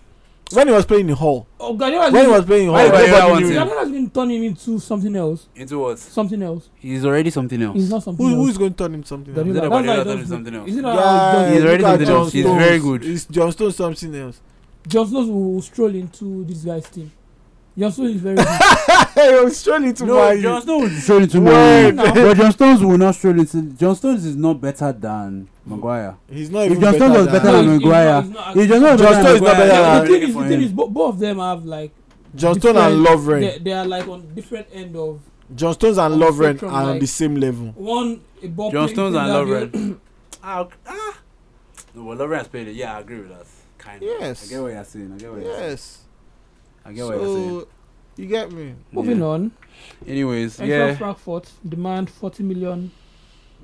S4: when he was playing in Hall.
S5: Oh, Guardiola is
S4: When he
S5: going-
S4: was playing in
S1: Why
S4: Hall,
S1: did Guardiola
S4: nobody
S1: want
S4: knew.
S1: him?
S4: him.
S5: Guardiola's going to turn him into something else.
S1: Into what?
S5: Something else.
S1: He's already something else.
S5: He's not something
S4: Who,
S5: else.
S4: who's going to turn him something? else?
S1: Is
S5: Guardiola.
S1: it a
S5: That's why
S1: Guardiola
S5: he
S1: turn
S5: does
S1: him
S5: it.
S1: something else?
S5: Is it
S4: Guy,
S5: yeah,
S1: He's already
S4: look at
S1: something
S4: John
S1: else. He's
S4: Stones.
S1: very good.
S4: He's John Stones something else.
S5: John Stones will stroll into this guy's team. John Stones is very good.
S4: Hey, I was strolling to
S1: No,
S4: Man U.
S1: John Stones.
S8: Straight into
S4: Word.
S8: Man U. But John Stones will not straight into. John Stones is not better than Maguire.
S4: He's not
S8: If
S4: even
S8: John
S4: better
S8: Stones was
S4: than-
S8: better than
S5: He's
S8: Maguire,
S5: not- he's not-
S8: if John Stones was better
S4: John Stones
S8: than
S4: is not
S8: Maguire,
S4: better
S5: the
S4: than-
S5: thing is,
S8: for
S5: the thing
S8: him.
S5: is, bo- both of them have like
S4: John Stones and
S5: different-
S4: Lovren.
S5: They, they are like on different end of
S4: John Stones and
S5: on the
S4: Lovren are
S5: spectrum,
S4: on
S5: like-
S4: the same level.
S5: one. A ball
S1: John
S5: playing
S1: Stones and
S5: defender, the other-
S1: Lovren. Ah, ok- ah. No, but Lovren has played it. Yeah, I agree with that. Kind of.
S8: I
S4: Yes.
S8: get what you're saying. I get what you're saying.
S4: Yes.
S1: I get what you're saying.
S4: So you get me.
S5: Moving
S1: Yeah.
S5: on,
S1: Anyways,
S5: Eintracht
S1: yeah.
S5: Frankfurt demand 40 million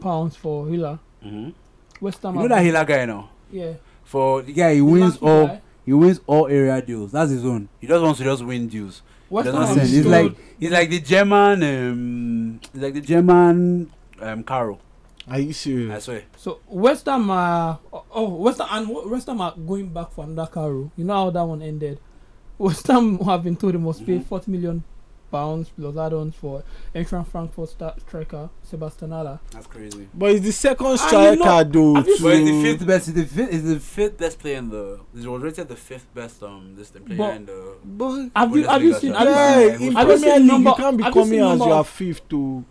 S5: pounds for Hiller.
S1: Mhm.
S5: West Ham.
S1: You know that Hila guy now?
S5: Yeah.
S1: For the
S8: Yeah, he wins
S5: Lucky
S8: all.
S5: guy.
S8: He wins all area deals. That's his own.
S1: He just wants to just win deals.
S5: West
S1: Doesn't
S5: Ham.
S1: sense.
S5: have
S1: He's
S5: showed-
S8: like-
S1: He's like the German, um, he's like the German, um, Caro.
S4: Are you
S1: I
S4: serious?
S1: swear.
S5: so West Ham are oh West Ham and West Ham are going back for another Caro. You know how that one ended. West Ham have been told they must pay
S1: Mm-hmm.
S5: 40 million pounds plus add-ons for Eintracht Frankfurt star striker Sebastian Haller.
S1: That's crazy.
S4: But it's the second
S5: Ah, you know-
S4: striker though.
S5: Have you
S1: But he's the
S4: To
S1: fifth best. He's the fifth. He's the fifth best player in the. He was rated the fifth best um this the player
S5: But-
S1: in the.
S4: but
S5: Have you have you seen? Have you
S4: yeah,
S5: seen?
S1: seen-
S4: in
S5: have you seen
S4: Premier League
S5: number-
S4: you can't be
S5: have you seen
S4: coming as
S5: number
S4: you are
S5: of-
S4: fifth to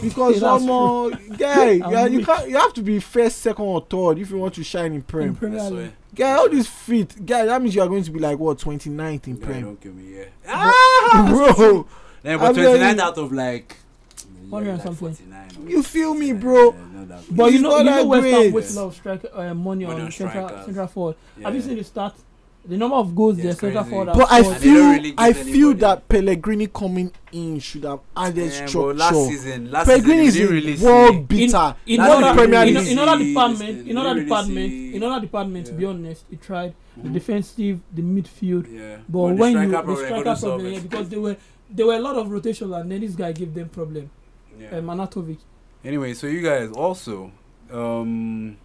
S4: because
S5: Yeah, that's
S4: some more guy
S5: I'm
S4: yeah, you
S5: weak.
S4: can you have to be first, second or third if you want to shine in
S5: in
S4: Prem.
S1: I
S5: Premier League?
S1: swear.
S4: Guy, all these feet, guy, that means you are going to be like what 29th in
S1: Guy,
S4: Prem, Ah,
S1: don't give me yeah. Ah!
S4: bro.
S1: Then
S4: I'm
S1: but twenty nine
S4: very-
S1: out of like.
S5: Hundred and something.
S4: You feel me, bro?
S5: But
S4: He's
S5: you know,
S4: not that
S5: you know West Ham
S4: great.
S5: waste a lot of strike uh, money,
S1: Money
S5: on,
S1: on
S5: central
S1: strikers.
S5: central forward. Have you seen
S1: it?
S5: the stat? The number of goals
S1: Yeah,
S5: their
S1: it's
S5: central
S1: crazy.
S5: forward. have
S4: But I
S5: scored.
S1: And they don't
S4: feel
S1: really get
S4: I feel
S1: anybody.
S4: that Pellegrini coming in should have added structure.
S1: Last season, last
S4: Pellegrini is
S1: season,
S4: a
S1: you didn't really
S4: world
S1: see.
S4: beater.
S5: in
S1: That's
S5: other
S1: not
S4: Premier
S5: in,
S4: League.
S5: in other
S1: This
S5: department,
S1: is-
S5: in other
S1: really
S5: department,
S1: see-
S5: in other department. To be
S1: Yeah.
S5: honest, he tried the
S1: Mhm.
S5: defensive, the midfield.
S1: Yeah.
S5: But when you
S1: problem,
S5: the
S1: they
S5: striker
S1: couldn't solve
S5: problem, yeah,
S1: it.
S5: because they were there were a lot of rotation, and then this guy gave them problem.
S1: Yeah.
S5: Um, Anatovic.
S1: Anyway, so you guys also, um,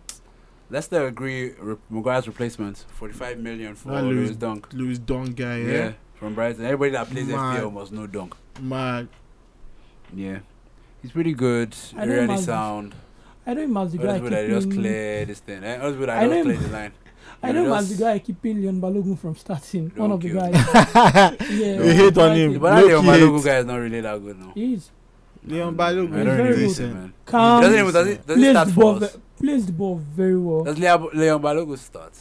S1: Leicester agree re- Maguire's replacement, forty-five million for
S4: That
S1: Louis
S4: Luis-
S1: Dunk.
S4: Louis Don guy, eh?
S1: Yeah.
S4: yeah,
S1: from Brighton. Everybody that plays
S4: Mad.
S1: FPL must know Dunk.
S4: mad.
S1: Yeah, he's pretty good.
S5: I don't
S1: Really
S5: imagine-
S1: sound.
S5: I know him as the guy I
S1: Husband that just
S5: keep in,
S1: clear this thing. Eh, Husband
S5: I
S1: that
S5: know
S1: just
S5: him-
S1: clear the line.
S5: I know him
S1: Just-
S5: as the guy I keep in Leon Balogun from starting. One of the
S1: Okay.
S5: guys. yeah,
S1: You
S4: hate on
S5: exactly.
S4: him.
S1: But that
S4: Low-key
S1: Leon Balogun
S4: hate.
S1: guy is not really that good now.
S5: He is
S4: Leon
S1: I
S4: Balogun
S1: don't
S4: is
S5: very
S1: really
S5: good.
S1: see, man.
S5: calm.
S1: Doesn't even does it does it
S5: plays
S1: start
S5: the ball,
S1: for
S5: ve-
S1: us?
S5: plays the ball very well
S1: Does Leon Leon Balogun start?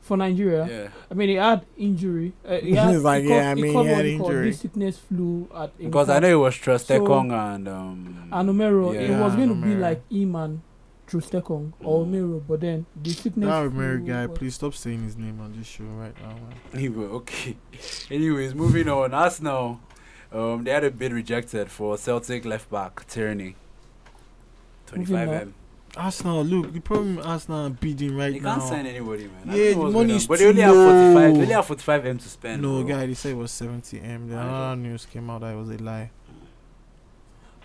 S5: for Nigeria.
S1: Yeah.
S5: I mean, he had injury. Uh, he had,
S4: He's like,
S5: he caught-
S4: yeah, I mean,
S5: caught
S4: he had
S5: what called
S4: injury.
S5: this sickness flu at in
S1: Because I know it was
S5: So-
S1: Trostekong and um.
S5: and Omero. it
S1: Yeah,
S5: was going to be
S4: Omero.
S5: like Iman, Trustekong, or
S1: Mm.
S5: Omero, but then the sickness.
S4: Now, Mary
S5: flu
S4: guy,
S5: was-
S4: please stop saying his name on this show right now. Man.
S1: Anyway, okay. Anyways, moving on. Arsenal, um, they had a bid rejected for Celtic left back Tierney.
S5: Moving on.
S1: Twenty-five m.
S4: Arsenal, look, the problem with Arsenal are bidding right
S1: They
S4: now.
S1: can't sign anybody, man. I
S4: Yeah,
S1: don't know
S4: the
S1: what's
S4: money
S1: going on.
S4: is
S1: But they only
S4: too
S1: have forty-five. They only
S4: low.
S1: have forty-five m to spend.
S4: no,
S1: bro.
S4: guy, they said it was 70 m. The
S1: I know.
S4: another news came out that it was a lie.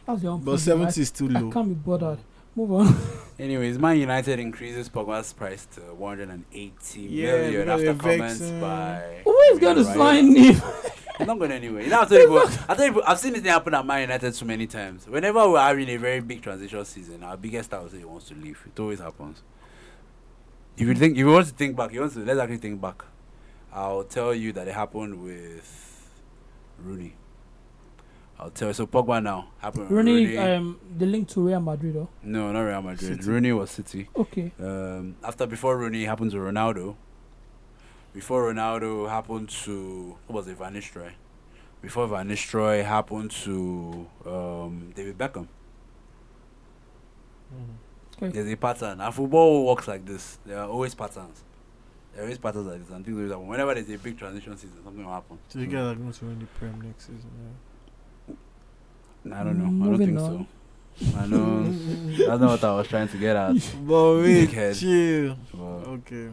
S5: That's the
S4: But
S5: unfortunate.
S4: 70 is too
S5: I,
S4: low.
S5: I can't be bothered. Move on.
S1: Anyways, Man United increases Pogba's price to 180
S4: Yeah,
S1: million
S4: because
S1: after
S4: they're
S1: comments
S4: vexing.
S1: by.
S5: Who is going to
S1: Right.
S5: sign him?
S1: It's not going anywhere. You know, I've, told you, before- I've, told you, before- I've seen this thing happen at Man United so many times. Whenever we're having a very big transition season, our biggest star will say he wants to leave. It always happens. If you think, if you want to think back, you want to let's actually think back. I'll tell you that it happened with Rooney. I'll tell you. So Pogba now happened. with
S5: Rooney, um, the link to Real Madrid. Oh.
S1: no, not Real Madrid.
S4: City.
S1: Rooney was City.
S5: Okay.
S1: um, after before Rooney it happened to Ronaldo. Before Ronaldo happened to what was it Van Nistelrooy? Before Van Nistelrooy happened to um, David Beckham.
S4: Mm-hmm.
S5: Okay.
S1: There's a pattern. And football works like this. There are always patterns. There are always patterns like this, and things always happen. Whenever there's a big transition season, something will happen.
S4: So, you guys are going to win the Prem next season.
S1: I don't know. I don't
S5: Moving
S1: think so.
S5: on.
S1: I know
S4: Mm-hmm.
S1: that's not what I was trying to get at.
S4: But wait,
S1: Dickhead.
S4: chill.
S1: But
S4: Okay.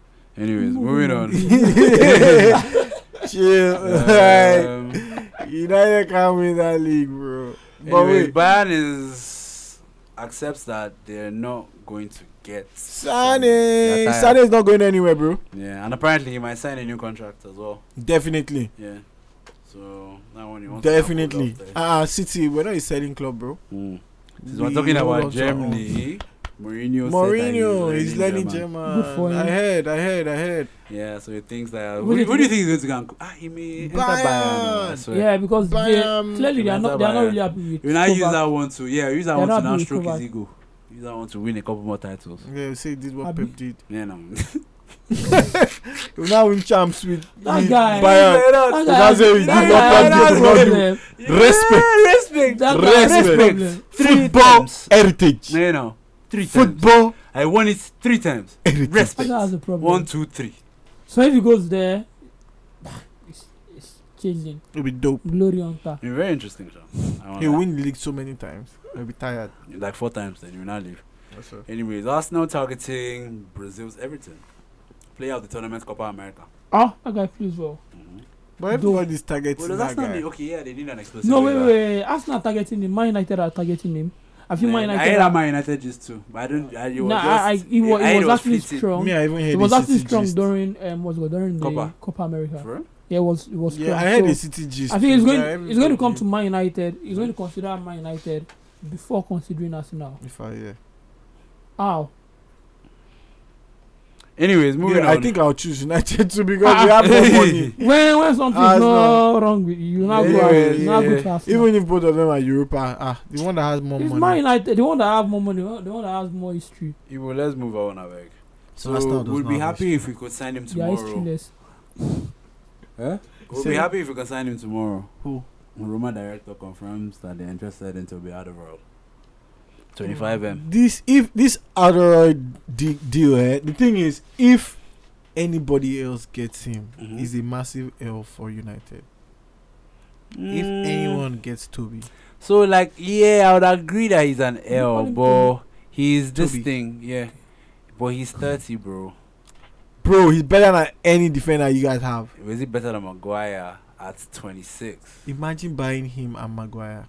S1: anyways, moving on.
S4: chill. Alright.
S1: Um,
S4: United can't win that league, bro. But
S1: anyways,
S4: wait.
S1: Bayern is accepts that they're not going to get
S4: Sane.
S1: They're
S4: Sane
S1: tired.
S4: is not going anywhere, bro.
S1: Yeah, and apparently he might sign a new contract as well.
S4: Definitely.
S1: Yeah. So that one you want
S4: Definitely.
S1: To have
S4: Uh, City, we're not a selling club, bro.
S1: mm. Since we're
S4: We
S1: talking
S4: don't
S1: about
S4: want to
S1: Germany, Mourinho. said
S4: Mourinho
S1: that
S4: is learning German.
S5: Good for
S4: I
S5: him.
S4: heard, I heard, I heard.
S1: Yeah, so he thinks that.
S5: Who
S1: Who,
S5: did
S1: who do you
S5: he-
S1: think is going to go? Ah, he may enter
S4: Bayern.
S1: Bayern. I swear.
S5: Yeah, because they,
S4: Bayern-
S5: clearly they are not they are not
S1: Bayern.
S5: really happy with.
S1: You now use
S5: Kovac.
S1: that one to yeah, use that
S5: They're
S1: one to
S5: not
S1: now
S5: being
S1: stroke his
S5: covered.
S1: ego. Use that one to win a couple more titles.
S4: Yeah, see, this is what
S5: Abi.
S4: Pep did.
S1: Yeah, no.
S4: We now win champs with,
S5: That
S4: with
S5: guy.
S4: Bayern. So
S5: That
S4: that's
S5: guy-
S4: why we did
S5: that
S4: not
S5: guy
S4: want
S5: has
S4: them to not do-
S5: problem.
S4: Respect.
S1: respect.
S5: That guy has
S4: Respect.
S5: problem.
S1: Three
S4: Football
S1: times.
S4: heritage.
S1: No, no. Three times.
S4: Football
S1: I won it three times.
S4: heritage.
S5: That
S1: Respect.
S5: guy has a problem.
S1: One, two, three.
S5: So if he goes there, it's, it's changing.
S4: It'll be dope.
S5: Glory on top.
S1: It'll be very interesting, Sean. I won't
S4: He'll
S1: lie.
S4: win the league so many times. He'll be tired.
S1: Like four times, then you will not leave. Anyways, Arsenal targeting Brazil's Everton. Player of the tournament, Copa America.
S5: Ah, that guy plays well.
S1: Mm-hmm.
S4: But everybody's targeting
S1: Well, does
S4: that
S1: Arsenal
S4: guy.
S1: need- Okay, yeah, they need an explosive.
S5: No, wait,
S1: winger.
S5: wait, wait. Arsenal are targeting him. Man United are targeting him. I feel Man
S1: Man, I hate
S5: United.
S1: that
S5: are-
S1: Man United just too, but I don't. I, it was
S5: Nah,
S1: just,
S5: I, I, he wa-
S1: I
S5: he
S1: hate
S5: was actually
S1: fitting.
S5: strong.
S4: Me, I even heard
S5: It was
S4: the
S5: actually
S4: City
S5: strong
S4: gist.
S5: during um what's it called during the
S1: Copa.
S5: Copa, America.
S1: For real?
S5: Yeah, it was it was
S4: Yeah,
S5: strong.
S4: I heard
S5: So,
S4: the City gist.
S5: I think it's
S4: too.
S5: going
S4: Yeah,
S5: it's going to come
S4: everybody-
S5: to Man United. He's going to consider Man United before considering Arsenal.
S4: If I, yeah.
S5: How?
S1: Anyways, moving
S4: Yeah,
S1: on.
S4: I think I'll choose United too because we
S5: Ah.
S4: have more money.
S5: When when something's
S4: Arsenal.
S5: not wrong with you, you now go
S4: Yeah,
S5: out- you now
S4: yeah,
S5: go
S4: yeah.
S5: to Arsenal.
S4: Even if both of them are Europa, ah, the one that has more
S5: It's
S4: money.
S5: Man United. The one that have more money, the one the one that has more history.
S1: Ibo, let's move on, Abeg. So
S7: Arsenal does
S1: we'll
S7: not
S1: be
S7: have
S1: happy if we could sign him
S5: They are
S1: tomorrow.
S5: historyless.
S1: we'll
S4: Say-
S1: be happy if we can sign him tomorrow.
S4: Who?
S1: Roma director confirms that they're interested in Toby Alderweireld. 25 M.
S4: This if this other de- deal, eh, the thing is, if anybody else gets him,
S1: Mhm.
S4: is a massive L for United. Mm. If anyone gets Toby,
S1: Mm. So like, yeah, I would agree that he's an L,
S5: him
S1: but he's this
S4: Toby.
S1: thing, yeah. But he's 30, bro.
S4: bro, he's better than any defender you guys have.
S1: Is it better than Maguire at 26?
S4: Imagine buying him and Maguire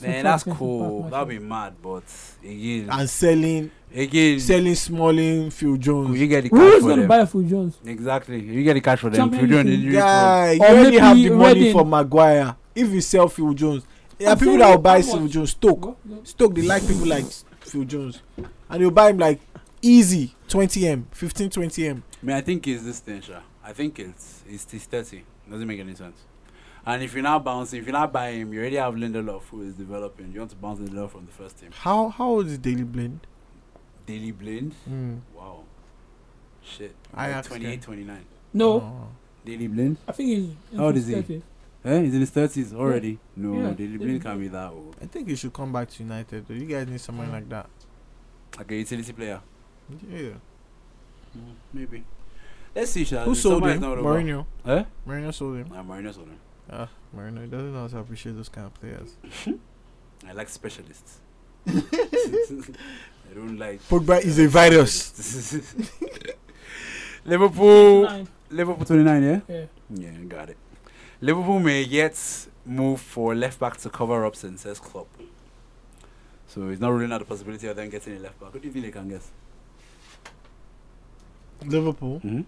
S1: Man, that's cool. That'll be mad, but again,
S4: and selling,
S1: again,
S4: selling Smalling, Phil
S1: if
S4: Jones.
S1: you get the cash
S5: Who's
S1: for
S5: going to
S1: them.
S5: buy for Jones?
S1: Exactly, if you get the cash for them.
S5: Champions
S1: If you don't,
S5: League.
S1: injury prone.
S4: Guy, you
S5: Or
S4: already
S5: maybe
S4: have the money
S5: Reading.
S4: for Maguire. If you sell Phil Jones, there are
S5: I'm
S4: people
S5: saying
S4: that will
S5: how
S4: buy
S5: much?
S4: Phil Jones. Stoke.
S5: What?
S4: Stoke they like people like Phil Jones and they'll buy him like easy 20m 15 20m
S1: I mean, I think it's this thing, Sha. I think it's it's he's 30. Doesn't make any sense. And if you're not bouncing, if you're not buying him, you already have Lindelof who is developing. You want to bounce Lindelof from the first team.
S4: how how old is Daily Blend
S1: Daily Blind.
S4: mm.
S1: Wow. Shit.
S4: I
S1: Like
S4: asked
S1: 28, 29.
S5: No,
S4: Oh,
S1: Daily Blind?
S5: I think he's. he's
S1: How old is he?
S5: 30.
S1: Eh? He's in his 30s already. No,
S5: Yeah.
S1: Daily Blind can't be that old.
S4: I think he should come back to United though. you guys need someone like that
S1: Like a utility player.
S4: yeah
S1: Maybe. Let's see, Sha.
S4: who
S1: The
S4: sold
S1: summer is
S4: him
S1: not over.
S4: Mourinho
S1: Eh?
S4: Mourinho sold him
S1: Nah, Mourinho sold him.
S4: ah Mourinho he doesn't know how to appreciate those kind of players
S1: I like specialists. I don't like.
S4: Pogba is a virus
S1: Liverpool.
S5: Nine.
S1: Liverpool 29, yeah?
S5: Yeah.
S1: Yeah, got it. Liverpool may yet move for left back to cover up Sense's club. So he's not ruling out the possibility of them getting a left back. What do you think they can get?
S4: Liverpool Hmm?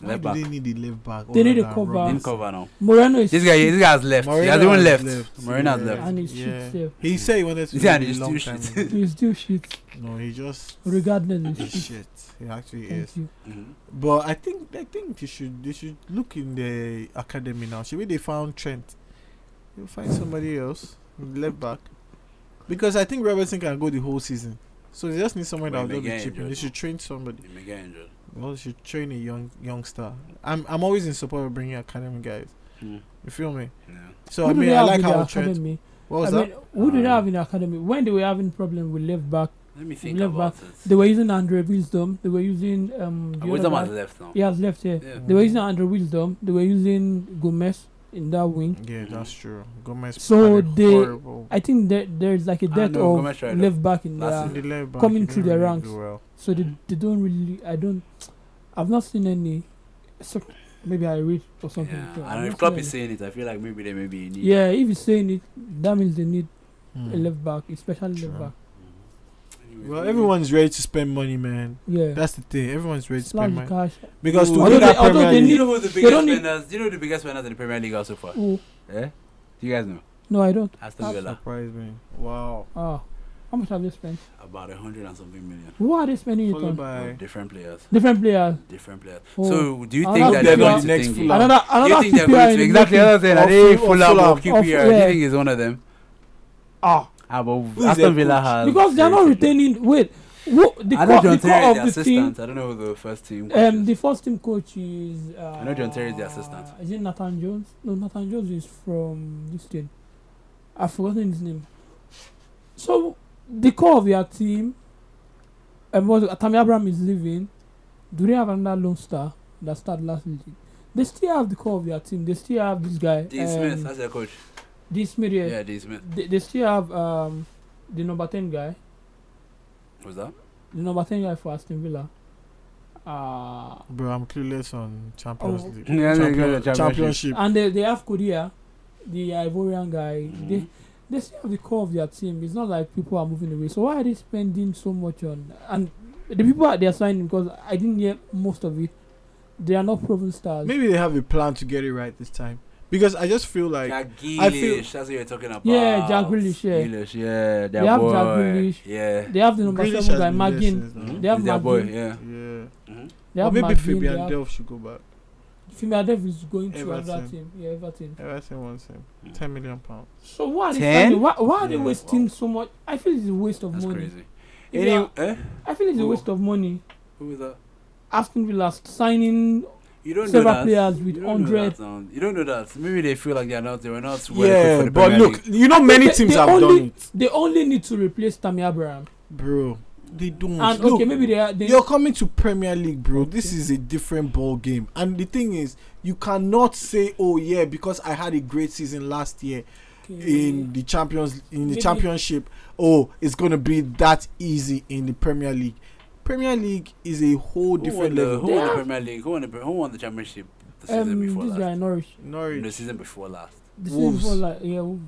S4: why
S1: Left
S4: do
S1: back.
S4: they need a left back
S5: They
S4: other
S5: need a
S4: than
S5: cover.
S4: Robertson?
S1: In cover now.
S5: Moreno is.
S1: This guy, this guy has left. he has
S4: Mourinho
S1: even
S4: has
S1: left.
S4: left.
S1: Mourinho has
S4: Yeah.
S1: left.
S5: And he's
S4: Yeah.
S5: shit safe.
S4: he said he wanted
S1: He
S4: to
S1: said
S4: leave
S1: he's
S4: a
S1: still
S4: long time
S1: shit.
S4: ago.
S5: He's still shit.
S4: no he just
S5: Regardless, he's
S4: he's
S5: shit.
S4: shit he actually
S5: Thank
S4: is
S5: you.
S1: Mhm.
S4: But I think I think they should they should look in the academy now. Should we they found Trent? You'll find somebody else left back. Because I think Robertson can go the whole season. So they just need someone
S1: Well,
S4: that will
S1: they
S4: just be
S1: get
S4: cheap.
S1: injured
S4: They
S1: now.
S4: should train somebody.
S1: He may get injured.
S4: Well, they should train a young youngster. I'm I'm always in support of bringing academy guys.
S1: Mm.
S4: You feel me?
S1: Yeah.
S4: So
S5: Who
S4: I
S5: do
S4: mean
S5: they
S4: I
S5: have
S4: like
S5: in their
S4: how Trent.
S5: academy?
S4: What was
S5: I
S4: that?
S5: mean, who do they
S4: Uh,
S1: Um,
S5: have in the academy? When they were having problem with left back,
S1: Let me think
S5: Left
S1: about Oh,
S5: they
S1: it.
S5: were using Andre Wisdom. They were using um. the
S1: And Wisdom
S5: other guy.
S1: has left now.
S5: He has left here.
S1: Yeah.
S5: They were using Andre Wisdom. They were using Gomez. in that wing.
S4: Yeah, that's true. Gomez
S5: So
S4: played
S5: they-
S4: horrible.
S5: I think there there's like a
S1: Ah,
S5: death
S1: no, Gomez
S5: of
S1: tried
S5: left back in
S1: That's
S5: there,
S1: it.
S4: The left back,
S5: coming
S4: he
S5: through
S4: didn't
S5: the
S4: really
S5: ranks.
S4: do well.
S5: so they they don't really. I don't. I've not seen any. So maybe I read or something.
S1: Yeah,
S5: I've
S1: and
S5: not
S1: if
S5: seen
S1: Klopp
S5: any.
S1: is saying it, I feel like maybe they maybe need.
S5: Yeah, if he's saying it, that means they need
S4: Hmm.
S5: a left back, especially left
S4: Sure.
S5: back.
S1: Anyways,
S4: Well,
S1: maybe-
S4: everyone's ready to spend money, man.
S5: Yeah.
S4: That's the thing. Everyone's ready to
S5: Slash
S4: spend
S5: the
S4: money
S5: cash.
S4: because to
S5: Although
S4: win
S5: they-
S4: that
S5: although
S4: Premier
S1: Do
S5: they
S4: League,
S1: you know who the biggest
S5: don't need-
S1: winners? Do you know the biggest winners in the Premier League are so far?
S5: Oh,
S1: Eh? Do you guys know?
S5: no, I don't.
S1: Aston Villa,
S4: surprise me. Wow.
S5: Ah, how much have they spent?
S1: about a hundred and something million.
S5: Who are they spending it
S4: Followed
S5: on?
S1: of
S4: by
S1: different players.
S5: Different players.
S1: Different players.
S5: Oh.
S1: So do you
S5: I
S1: think
S5: love
S1: that they're
S5: Fulham.
S1: going to
S4: Next
S1: think?
S4: Fulham.
S5: Another
S1: you
S5: another
S1: think they're
S5: QPR
S1: going
S5: in
S1: to
S5: the
S1: exactly
S5: making.
S1: that's it. Are
S4: Of
S1: they
S4: Fulham,
S1: Fulham or QPR?
S4: Fulham.
S1: Do
S5: yeah.
S1: you think he's one of them?
S5: Ah,
S1: Ah, but
S4: is
S1: Aston
S4: their
S1: Villa
S4: coach?
S1: has
S5: because they're not retaining. Wait, who,
S8: I
S5: the
S8: know
S5: core, the
S8: John
S5: core
S1: Terry,
S5: of
S1: the
S5: the
S1: assistant.
S5: team.
S1: I don't know who the first team. coach
S5: Um,
S1: is.
S5: the first team coach is. Uh,
S1: know John Terry is the assistant.
S5: Is it Nathan Jones? No, Nathan Jones is from this team. I've forgotten his name. So the core of your team, um, what Tammy Abraham is leaving. Do they have another lone star that started last league? They still have the core of their team. They still have this guy.
S1: Dean
S5: um,
S1: Smith, that's their coach.
S5: Dean Smith, yeah.
S1: Yeah, Dean Smith.
S5: They, they still have um, the number ten guy.
S1: Was that?
S5: the number 10 guy for Aston Villa. Uh,
S4: Bro, I'm clueless on Champions
S5: Oh.
S4: League.
S1: Yeah, they got the championship.
S4: championship.
S5: and they, they have Korea, the Ivorian guy.
S4: Mm-hmm.
S5: They, they still have the core of their team. It's not like people are moving away. So why are they spending so much on. And the people that they are signing, because I didn't hear most of it, they are not proven stars.
S4: Maybe they have a plan to get it right this time. Because I just feel like
S1: Jack Grealish,
S4: I feel-
S1: that's what you're talking about.
S5: Yeah, Jack Grealish, yeah.
S1: Grealish, yeah, their
S5: They have
S1: boy.
S5: Jack Grealish.
S1: Yeah.
S5: They have the number
S4: Grealish has
S5: 7 guy,
S4: been there
S5: Magin.
S4: since
S1: Mhm.
S4: now.
S5: They have
S1: He's their boy,
S5: Magin.
S1: yeah.
S4: Yeah.
S1: Mhm.
S5: They
S4: Or
S5: have
S4: maybe
S5: Magin, they
S4: Fabian
S5: have-
S4: Delph should go back.
S5: Fabian Delph is going to
S4: Everton.
S5: another team. Yeah, Everton.
S4: Everton wants him.
S1: Mm.
S4: Ten million pounds.
S5: So why are they,
S1: 10?
S5: spending- why, why are they
S1: Yeah,
S5: wasting
S1: wow.
S5: so much? I feel it's a waste of
S1: That's
S5: money.
S1: crazy.
S5: If
S1: Any,
S5: you are-
S1: eh?
S5: I feel it's a
S1: Who?
S5: waste of money.
S1: Who is that?
S5: Aston Villa signing
S1: You don't know
S5: Several
S1: that.
S5: players with
S1: you don't know
S5: 100.
S1: that, um, You don't know that. Maybe they feel like they're not. They were not. Well equipped for
S4: yeah,
S1: the
S4: but
S1: Premier
S4: look,
S1: League.
S4: you know many
S5: They-
S4: teams
S5: they
S4: have
S5: only,
S4: done it,
S5: They only need to replace Tammy Abraham.
S4: bro. They don't.
S5: And
S4: look,
S5: okay, maybe they are. They,
S4: you're coming to Premier League, bro. This is a different ball game, and the thing is, you cannot say, "Oh yeah," because I had a great season last year
S5: okay.
S4: in the Champions in the
S5: Maybe-
S4: Championship. Oh, it's gonna be that easy in the Premier League. Premier League is a whole
S1: Who won
S4: different
S1: the, who
S4: level.
S1: won the Premier League? Who won the, who won the championship the season
S5: um,
S1: before
S5: this guy
S1: last?
S5: Norwich.
S1: The
S4: Norwich.
S1: season before last.
S5: This
S4: Wolves.
S5: is for like yeah. Wolves.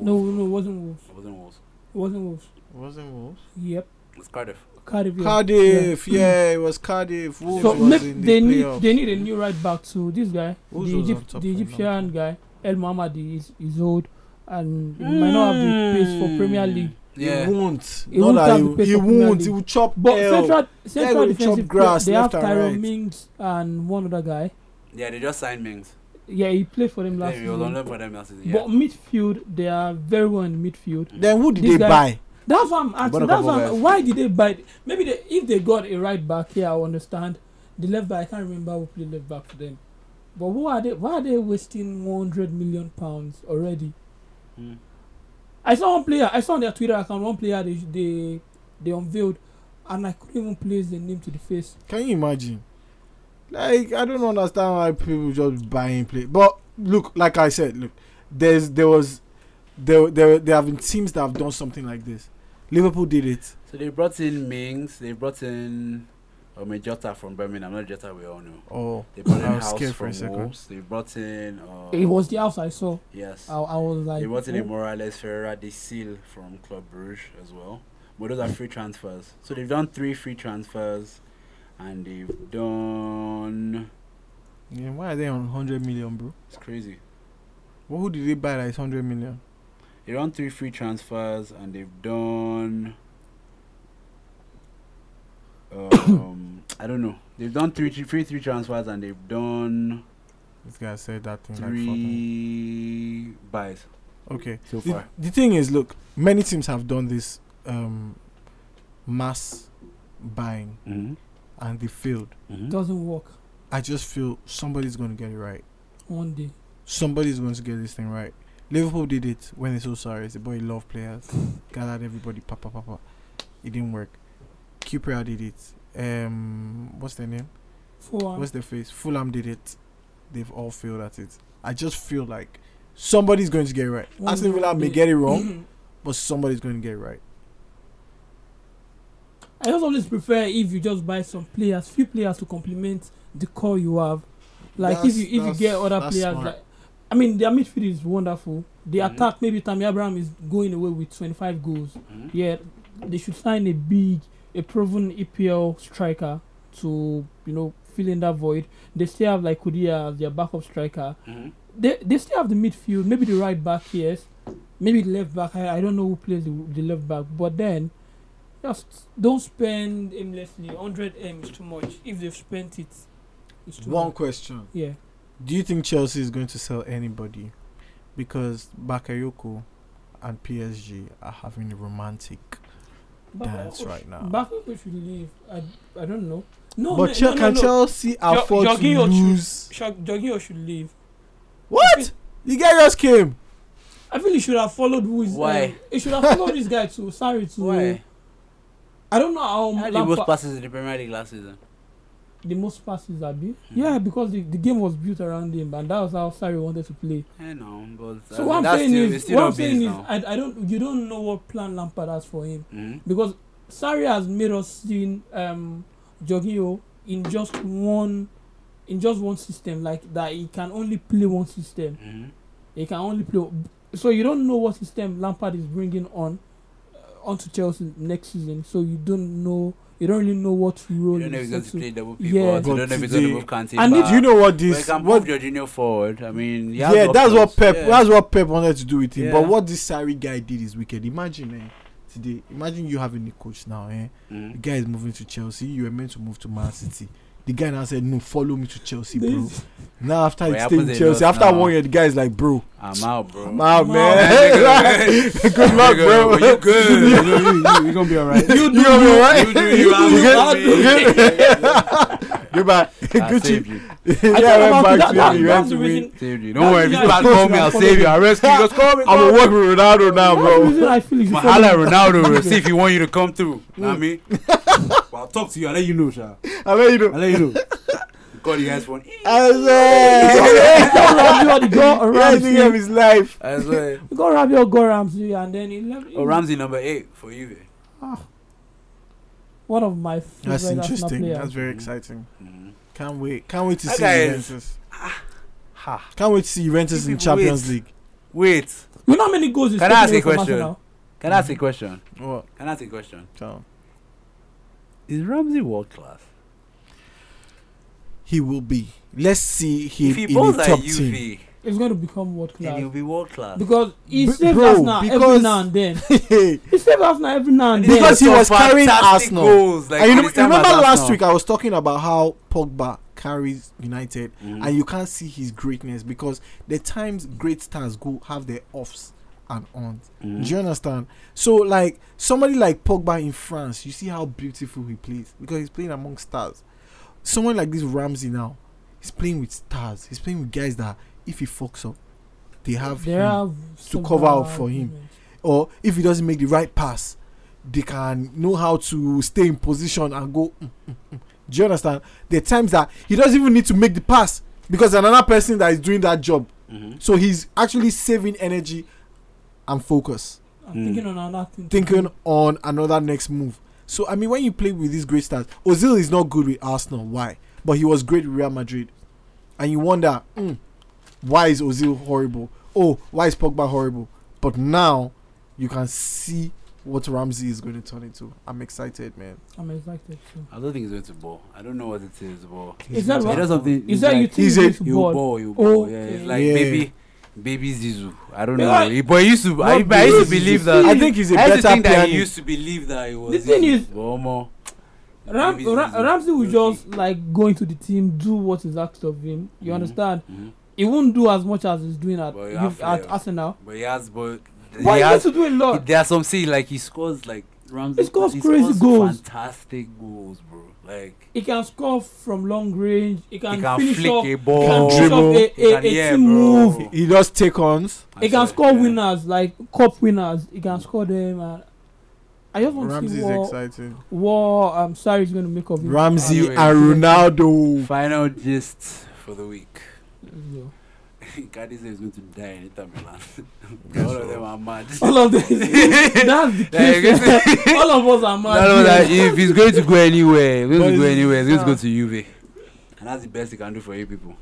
S5: No,
S1: Wolves.
S5: no, it wasn't Wolves.
S1: It wasn't Wolves.
S5: It wasn't Wolves.
S4: Wasn't Wolves?
S5: Yep,
S1: It's Cardiff.
S5: Cardiff. yeah.
S4: Cardiff, yeah. it was Cardiff. Wolves
S5: So
S4: was
S5: maybe
S4: in
S5: they
S4: the
S5: need
S4: playoff.
S5: they need a new right back to this guy.
S4: Wolves
S5: the
S4: was on
S5: Egypt,
S4: top for
S5: the
S4: a long
S5: Egyptian
S4: time.
S5: guy El Mohammadi is is old and he might not have the pace for Premier
S4: Hmm.
S5: League.
S1: Hmm. Yeah.
S4: He won't.
S5: He
S4: Not
S5: won't
S4: that
S5: have
S4: he-
S5: the pace
S4: he
S5: of Premier
S4: won't. He
S5: League.
S4: will chop
S5: But
S4: L.
S5: central central
S4: oh, will chop
S5: defensive
S4: grass
S5: they have
S4: left and
S5: Tyrone
S4: right.
S5: Mings and one other guy.
S1: Yeah, they just signed Mings.
S5: Yeah, he played for them
S1: Yeah,
S5: last
S1: he was on
S5: season.
S1: loan for them last season. Yeah.
S5: But midfield, they are very well in midfield.
S4: Then who did
S5: This
S4: they
S5: guy-
S4: buy?
S5: That's why I'm
S8: What
S5: asking.
S8: a
S5: That's
S8: couple
S5: why.
S8: guys.
S5: I'm, why did they buy? Maybe they, if they got a right back here, I understand. The left back, I can't remember who played left back for them. But who are they? Why are they wasting 100 million pounds already?
S1: Mm.
S5: I saw one player. I saw on their Twitter account one player they they, they unveiled, and I couldn't even place the name to the face.
S4: Can you imagine? Like I don't understand why people just buying play. But look, like I said, look, there's there was there there there have been teams that have done something like this. Liverpool did it.
S1: So they brought in Mings, they brought in um, Jota from Birmingham, not Jota we all know.
S4: Oh,
S1: They brought in
S4: I was
S1: House
S4: scared for a
S1: from
S4: second.
S1: Wolves, they brought in uh,
S5: It was the house I saw.
S1: yes.
S5: I, I was like,
S1: they brought in
S5: "Oh."
S1: a Morales Ferreira de Seal from Club Brugge as well. But those are free transfers. So they've done three free transfers and they've done
S4: yeah, why are they on hundred million, bro?
S1: it's crazy.
S4: Well, who did they buy that is hundred million?
S1: They've done three free transfers and they've done um I don't know. They've done three three three transfers and they've done
S4: This guy said that thing like four times.
S1: three buys
S4: Okay.
S1: so
S4: The,
S1: far.
S4: the thing is, look, many teams have done this um, mass buying
S1: Mm-hmm.
S4: and they failed.
S5: doesn't work
S4: I just feel somebody's going to get it right.
S5: one day.
S4: Somebody's going to get this thing right. Liverpool did it when they so sorry. The boy love players, gathered everybody, papa, papa. It didn't work. QPR did it. Um, what's their name?
S5: Four.
S4: What's their face? Fulham did it. They've all failed at it. I just feel like somebody's going to get it right.
S5: One Mm-hmm.
S4: Aston Villa may
S5: day.
S4: get it wrong, but somebody's going to get it right.
S5: I just always prefer if you just buy some players, few players to complement the core you have. Like
S4: That's-
S5: if you if you
S4: that's-
S5: get other
S4: that's
S5: players,
S4: smart. Mm-hmm.
S5: like I mean, their midfield is wonderful. The
S2: Mhm.
S5: attack, maybe Tammy Abraham is going away with 25 goals.
S2: Mhm.
S5: Yeah, they should sign a big, a proven EPL striker to you know fill in that void. They still have like Kudia as their backup striker.
S2: Mhm.
S5: They they still have the midfield, maybe the right back, yes, maybe the left back. I, I don't know who plays the, the left back, but then just don't spend aimlessly. 100 m is too much. If they've spent it, it's too
S4: One
S5: much.
S4: question:
S5: Yeah,
S4: Do you think Chelsea is going to sell anybody? Because Bakayoko and PSG are having a romantic
S5: But uh,
S4: dance right now.
S5: Back we should leave. I I don't know. No,
S4: but
S5: no,
S4: Chel-
S5: no,
S4: can
S5: no, no.
S4: Chelsea afford to
S5: Jorginho should-
S4: lose?
S5: Shag- Jorginho should leave.
S4: What? The guy just came.
S5: I feel he should have followed who is.
S2: Why?
S5: Um, he should have followed this guy too. Sorry to.
S2: Why?
S5: I don't know how.
S2: How the
S5: Lampard-
S2: most passes in the Premier League last season?
S5: the most passes are be.
S4: Hmm.
S5: Yeah, because the, the game was built around him, and that was how Sarri wanted to play.
S2: I know, but uh,
S5: So what I'm
S2: that's
S5: saying
S2: still, it's
S5: is,
S2: still
S5: what I'm
S2: not
S5: saying
S2: business
S5: is,
S2: now.
S5: I, I don't. You don't know what plan Lampard has for him
S2: Mhm.
S5: because Sarri has made us see um, Jorginho in just one, in just one system like that. He can only play one system.
S2: Mhm.
S5: He can only play. So you don't know what system Lampard is bringing on uh, onto Chelsea next season. So you don't know. You don't really know what role.
S2: You don't know if he's
S5: he's
S2: going to
S5: set to-
S2: play double
S5: Yeah.
S2: pivot. Yeah. You
S4: But
S2: don't know if he's going to
S4: today-
S2: move Kante.
S5: And if
S2: back.
S4: Do you know what
S2: But he
S4: this?
S2: can
S4: What
S2: move Jorginho forward. I mean, he has
S4: yeah, that's what
S2: options.
S4: Pep.
S2: Yeah.
S4: That's what Pep wanted to do with him. But
S2: Yeah.
S4: what this Sari guy did is wicked. Imagine eh, today. Imagine you having a coach now. Eh, the
S2: Mhm.
S4: guy is moving to Chelsea. You were meant to move to Man City. The guy now said, "No, follow me to Chelsea, bro."
S5: This-
S4: Now after
S2: Well,
S4: he
S2: it
S4: stayed in
S2: happens a
S4: Chelsea,
S2: lot
S4: after
S2: now.
S4: one year, the guy is like, "Bro,
S2: I'm out, bro.
S4: I'm out,
S5: Wow.
S4: man." Good luck,
S2: Nigga,
S4: bro.
S2: You good?
S9: you, you, you gonna be alright.
S4: You do you, right?
S2: You do you, I will be.
S4: Goodbye.
S2: I saved
S4: Gucci.
S2: you.
S4: yeah,
S5: I thought
S4: went back
S5: about that.
S4: to
S5: that-
S4: you.
S5: That's
S4: Went
S5: the
S4: to win.
S5: reason.
S2: Saved you.
S5: That's
S2: Don't worry. If
S5: the
S2: you
S5: guy
S2: bad
S5: who
S2: call me,
S5: should
S2: I'll
S5: have
S2: save you. I'll rescue you. Just call me.
S4: I'm gonna work with Ronaldo now,
S5: That's the
S4: bro.
S5: reason I feel you should follow
S2: Mahala Ronaldo. See if he want you to come through. Know what I mean? Well, I'll talk to you. I'll let you know, Sha.
S4: I let you know.
S2: I'll let you know. Call you guys one.
S4: I swear.
S5: Rabiot, he got
S4: Right
S5: Ramsey,
S4: thing of his life.
S2: I swear.
S5: he got Rabiot, got Ramsey, and then he left.
S2: Oh, Ramsey number eight for you. eh?
S5: One of my favorite
S4: That's interesting.
S5: Arsenal
S4: That's
S5: players.
S4: very
S2: Mhm.
S4: exciting.
S2: Mm-hmm.
S4: Can't wait. Can't wait to
S2: That
S4: see
S2: guy is-
S4: Juventus. Can't wait to see Juventus
S2: You
S4: in
S2: people
S4: Champions
S2: wait.
S4: League.
S2: Wait.
S5: You know how many goals? he's
S2: Can I ask
S5: taken
S2: a
S5: away from
S2: question?
S5: Arsenal?
S2: Can I ask a question?
S4: What?
S2: Can I ask a question?
S4: So,
S2: Is Ramsey world class?
S4: He will be. Let's see
S2: If
S4: him
S2: he
S4: in a
S2: balls at
S4: top team.
S2: UV,
S5: He's going to become world
S2: then he'll
S5: class
S2: be world class.
S5: because he
S4: B-
S5: saves
S4: bro,
S5: Arsenal every
S4: because-
S5: now and then.
S4: Hey,
S5: He saves Arsenal every now and
S2: And he's
S5: then.
S4: Because he
S2: got
S4: was
S2: some
S4: carrying
S2: fantastic
S4: Arsenal.
S2: Goals, like,
S4: and you
S2: when
S4: know-
S2: he came
S4: remember
S2: at
S4: last
S2: Arsenal.
S4: week I was talking about how Pogba carries United
S2: Mhm.
S4: and you can't see his greatness because the times great stars go have their offs and ons.
S2: Mm-hmm.
S4: Do you understand? So like somebody like Pogba in France, you see how beautiful he plays because he's playing among stars. Someone like this Ramsey now, he's playing with stars. He's playing with guys that if he fucks up, they have
S5: There
S4: him.
S5: are
S4: to
S5: several
S4: cover up for him.
S5: arguments.
S4: or if he doesn't make the right pass, they can know how to stay in position and go. mm, mm, mm. Do you understand? There are times that he doesn't even need to make the pass because another person that is doing that job.
S2: Mhm.
S4: So he's actually saving energy and focus,
S5: I'm
S2: Mm.
S5: thinking on another thing.
S4: thinking on another next move. So I mean, when you play with these great stars, Ozil is not good with Arsenal. Why? But he was great with Real Madrid, and you wonder mm, why is Ozil horrible? Oh, why is Pogba horrible? But now you can see what Ramsey is going to turn into. I'm excited, man.
S5: I'm excited. Too.
S2: I don't think he's going to ball. I don't know what it is, but
S5: Is that
S2: he
S5: what?
S2: does something.
S5: Is that you
S2: like,
S5: think
S4: he's
S5: he's
S4: a-
S5: going to
S2: you
S5: ball?
S2: ball, you ball. Yeah,
S5: Okay.
S2: it's like
S4: oh, Yeah.
S2: baby, baby Zizou. I don't
S5: Yeah,
S2: know.
S5: I-
S2: He- But I used to, I, but I used to believe that.
S4: I think he's a
S2: I used to
S4: better
S2: think that he
S4: pianist.
S2: used to believe that he was.
S5: The thing
S2: Zizou,
S5: is-
S2: but Omo,
S5: Ram,
S2: baby
S5: Ra-
S2: Zizou.
S5: Ramsey will
S2: Okay.
S5: just like go into the team, do what is asked of him. You
S2: Mhm.
S5: understand?
S2: Mhm.
S5: He won't do as much as he's doing at
S2: But you
S5: you've-
S2: have to,
S5: at
S2: yeah.
S5: Arsenal.
S2: But he has, but he
S5: Why he
S2: has
S5: has to do a
S2: He-
S5: lot?
S2: There are some see like he scores like Ramsey.
S5: He scores crazy goals.
S2: fantastic goals, bro. Like
S5: He can score from long range. He can,
S2: he can
S5: finish
S2: flick
S5: off.
S2: a
S5: He
S2: ball,
S5: can finish off
S4: Dribble.
S5: a,
S2: He
S5: a,
S2: can-
S5: a
S2: yeah,
S5: team
S2: bro.
S5: move.
S2: He-
S4: He does take ons.
S5: He
S2: I
S5: can
S2: swear,
S5: score
S2: yeah.
S5: winners like cup winners. He can score them. And I just want to
S4: Ramsey
S5: see
S4: is
S5: what
S4: exciting.
S5: what um, Sarri is going to make of him.
S4: Ramsey
S2: Anyway.
S4: and Ronaldo.
S2: Final gist for the week.
S5: Let's go.
S2: Cardi's is going to die in Inter Milan. All of them are mad.
S5: All of them. That's the case. All of us are mad. Oh,
S2: No, no, that if he's going to go anywhere, he's going
S4: But
S2: to go
S4: it's-
S2: anywhere, he's going to go to Juve. And that's the best he can do for you people.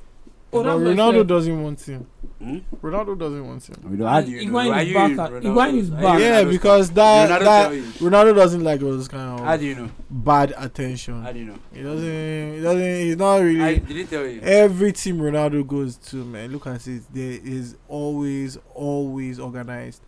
S4: But
S5: Oh, that's my
S4: Ronaldo
S5: friend.
S4: doesn't want him.
S2: Hmm?
S4: Ronaldo doesn't want him.
S10: We don't have
S5: Iguain is back at- Iguain is back.
S4: Yeah, because that
S2: Leonardo
S4: that
S2: tell you.
S4: Ronaldo doesn't like all this kind of
S2: How do you know?
S4: bad attention.
S2: How do you know?
S4: He doesn't. He doesn't. He's not really. Eh.
S2: I did he tell you.
S4: Every team Ronaldo goes to, man, look at it. There is always, always organized.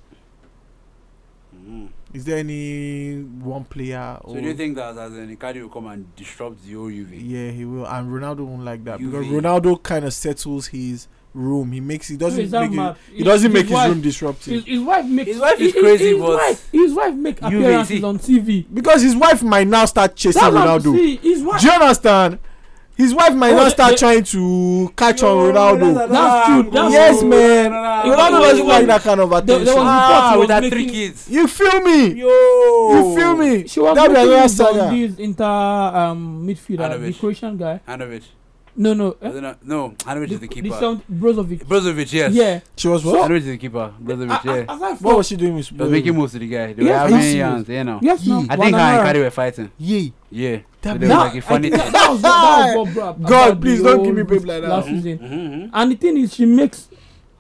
S2: Mm.
S4: Is there any one player?
S2: So
S4: Or,
S2: do you think that as an Icardi will come and disrupt the whole Juve?
S4: yeah, he will. And Ronaldo won't like that because
S2: Juve.
S4: Ronaldo kind of settles his room. He makes. He
S5: No,
S4: doesn't
S5: is that
S4: make. It,
S5: mad?
S4: he doesn't make his
S5: wife,
S4: room disruptive
S5: His, his wife makes.
S2: His wife is
S5: his,
S2: crazy,
S5: his
S2: but-
S5: wife, his wife make
S2: You may
S5: appearances
S2: see.
S5: on TV.
S4: because his wife might now start chasing
S5: That's what I'm
S4: Ronaldo.
S5: saying. His wife.
S4: Do you understand? His wife might
S5: Oh,
S4: now
S5: the-
S4: start
S5: the-
S4: trying to catch on Ronaldo.
S5: That's true. That's
S4: yes,
S5: true.
S4: man.
S5: Yo,
S4: Ronaldo doesn't
S5: yo,
S4: like that kind of
S5: there
S4: attention.
S5: was report
S2: Ah,
S5: he
S2: with
S5: was
S2: her
S5: making,
S2: three kids.
S4: you feel me?
S2: Yo.
S4: You feel me?
S5: She was
S4: That be another
S5: making
S4: saga.
S5: on this inter um, midfielder, the
S2: Adamovich.
S5: Croatian guy.
S2: Hanovic.
S5: No, no, eh?
S2: I don't know. No, Hanovic
S5: the,
S2: is the
S5: the
S2: keeper.
S5: sound Brozovic.
S2: Brozovic, yes.
S5: Yeah.
S4: She was what?
S2: Hanovic is the keeper. Brozovic,
S5: A- a-
S2: yeah.
S5: Aside
S4: What
S5: from
S4: was she doing with
S2: He was making moves to the guy. They were
S5: Yes,
S2: having
S5: yes,
S2: hands, you know.
S5: yes, no.
S2: I think her and
S5: Wanamara.
S2: Icardi were fighting.
S4: Yeah.
S2: Yeah. So
S4: That
S2: they were
S5: That-
S2: like a funny
S5: I think
S2: thing.
S5: that, that was that was what brought up
S4: God,
S5: about
S4: please
S5: the
S4: don't give me
S5: whole
S4: babe like that.
S5: Last
S2: Mhm,
S5: season.
S2: mhm, mhm.
S5: And the thing is, she makes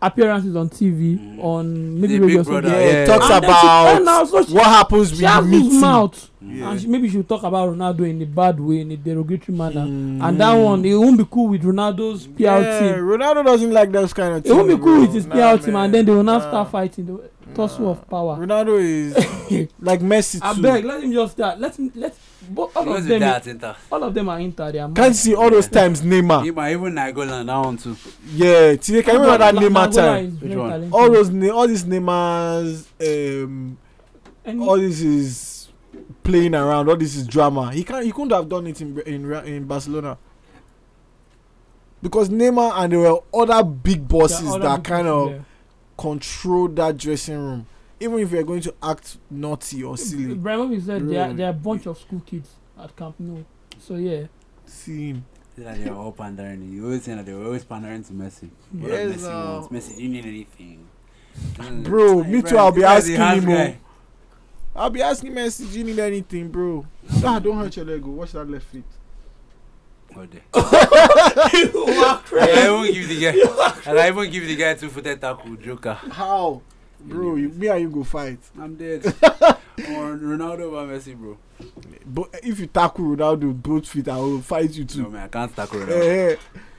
S5: appearances on TV on maybe
S2: The
S5: radio
S2: Mm. Big
S5: or something.
S2: Brother.
S4: Yeah,
S2: Yeah.
S4: talks
S5: And then she- and
S4: about
S5: also she-
S4: what happens
S5: she has
S4: with
S5: his
S4: meeting.
S5: mouth
S4: Yeah.
S5: and she, maybe she'll talk about ronaldo in a bad way in a derogatory manner
S4: Mm.
S5: and that one it won't be cool with ronaldo's pr
S4: Yeah,
S5: team
S4: Ronaldo doesn't like those kind of
S5: it won't be cool
S4: bro.
S5: with his pr
S4: Nah,
S5: team
S4: man.
S5: and then they will now
S4: Nah.
S5: start fighting the tussle of power
S4: Ronaldo is like Messi too.
S5: abeg let him just start let him let both all
S2: Because
S5: of
S2: of
S5: them
S2: that, Inter.
S5: all of them are inter they are
S4: Can't
S5: mad
S4: see all those times Neymar.
S2: Even even Nagolan, that one too.
S4: Yeah, today can you remember that
S5: La-
S4: Neymar
S5: Magola
S4: time?
S5: is
S2: Which
S5: very
S2: one?
S5: talented.
S4: All those ne- all these Neymars, um,
S5: Any-
S4: all this is playing around. All this is drama. He can't. He couldn't have done it in in Rea- in Barcelona. Because Neymar and there were other big
S5: they are
S4: bosses
S5: all
S4: that
S5: big
S4: kind
S5: people
S4: of
S5: there.
S4: control that dressing room. Even if you're going to act naughty or silly,
S5: Ibrahimovic said they are,
S4: Bro.
S5: they are a bunch of school kids at Camp Nou. So yeah,
S4: see him.
S2: Say that they were all pandering. You always saying that they were always pandering to Messi. What does
S4: Yes,
S2: Messi
S4: now.
S2: wants? Messi, do you need anything? Mm.
S4: Bro,
S2: Like,
S4: me
S2: bro,
S4: too, I'll be
S2: this guy's the
S4: asking
S2: hands
S4: him, oh.
S2: guy.
S4: I'll be asking Messi, do you need anything, bro? ah, don't hurt your leg. oh. Watch that left foot.
S2: Oh, there. And I won't give the guy. and I won't give the guy two footed tackle, Joker.
S4: How, bro? You, me and you go fight.
S2: I'm dead. or Ronaldo or Messi, bro.
S4: But if you tackle Ronaldo, both feet, I will fight you too.
S2: No man, I can't tackle Ronaldo.
S4: Eh, eh.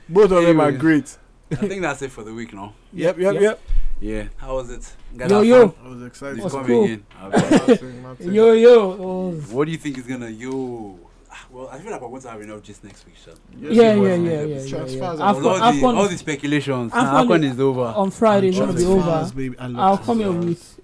S4: both of them are
S2: Anyways.
S4: great.
S2: I think that's it for the week, no?
S4: Yep, yep,
S5: Yeah.
S4: yep.
S2: Yeah. How was it? Guys,
S5: yo
S2: have
S5: yo
S2: fun.
S4: I was
S2: You
S4: excited.
S5: was
S2: come
S5: cool.
S2: again. I'll be-
S5: yo yo. oh. It was-
S2: What do you think is gonna yo? Ah, Well, I feel like we're going to have enough just next week, Sean.
S5: Yeah,
S2: it
S5: yeah,
S2: was
S5: yeah,
S2: nice
S5: yeah, yeah,
S4: Transfers
S5: yeah.
S4: and
S2: All,
S4: Afcon-
S5: Afcon,
S2: the, all
S5: Afcon
S2: the speculations.
S5: Afcon
S2: Afcon,
S5: is-
S2: is over.
S5: on Friday is going to be over.
S4: Baby, I love
S5: I'll come here
S4: transfers.
S5: with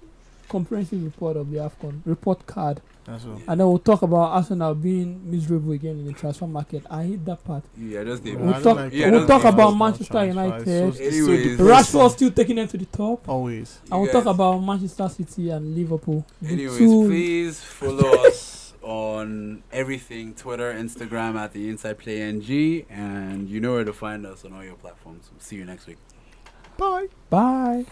S5: comprehensive report of the Afcon report card,
S4: That's what.
S5: and then we'll talk about Arsenal being miserable again in the transfer market. I hate that part.
S2: Yeah, just the.
S4: I
S5: We'll
S4: don't
S5: talk-
S4: like
S2: we'll
S4: transfers,
S2: talk about
S4: no
S5: Manchester
S4: transfers.
S5: United.
S4: So- so
S2: Anyways.
S4: depressing.
S5: Rashford still taking them to the top.
S4: Always.
S5: I will
S2: You
S5: talk
S2: guys-
S5: about Manchester City and Liverpool. The
S2: Anyways,
S5: two-
S2: please follow us on everything Twitter, Instagram at the Inside Play NG, and you know where to find us on all your platforms. See you next week.
S4: Bye.
S5: Bye.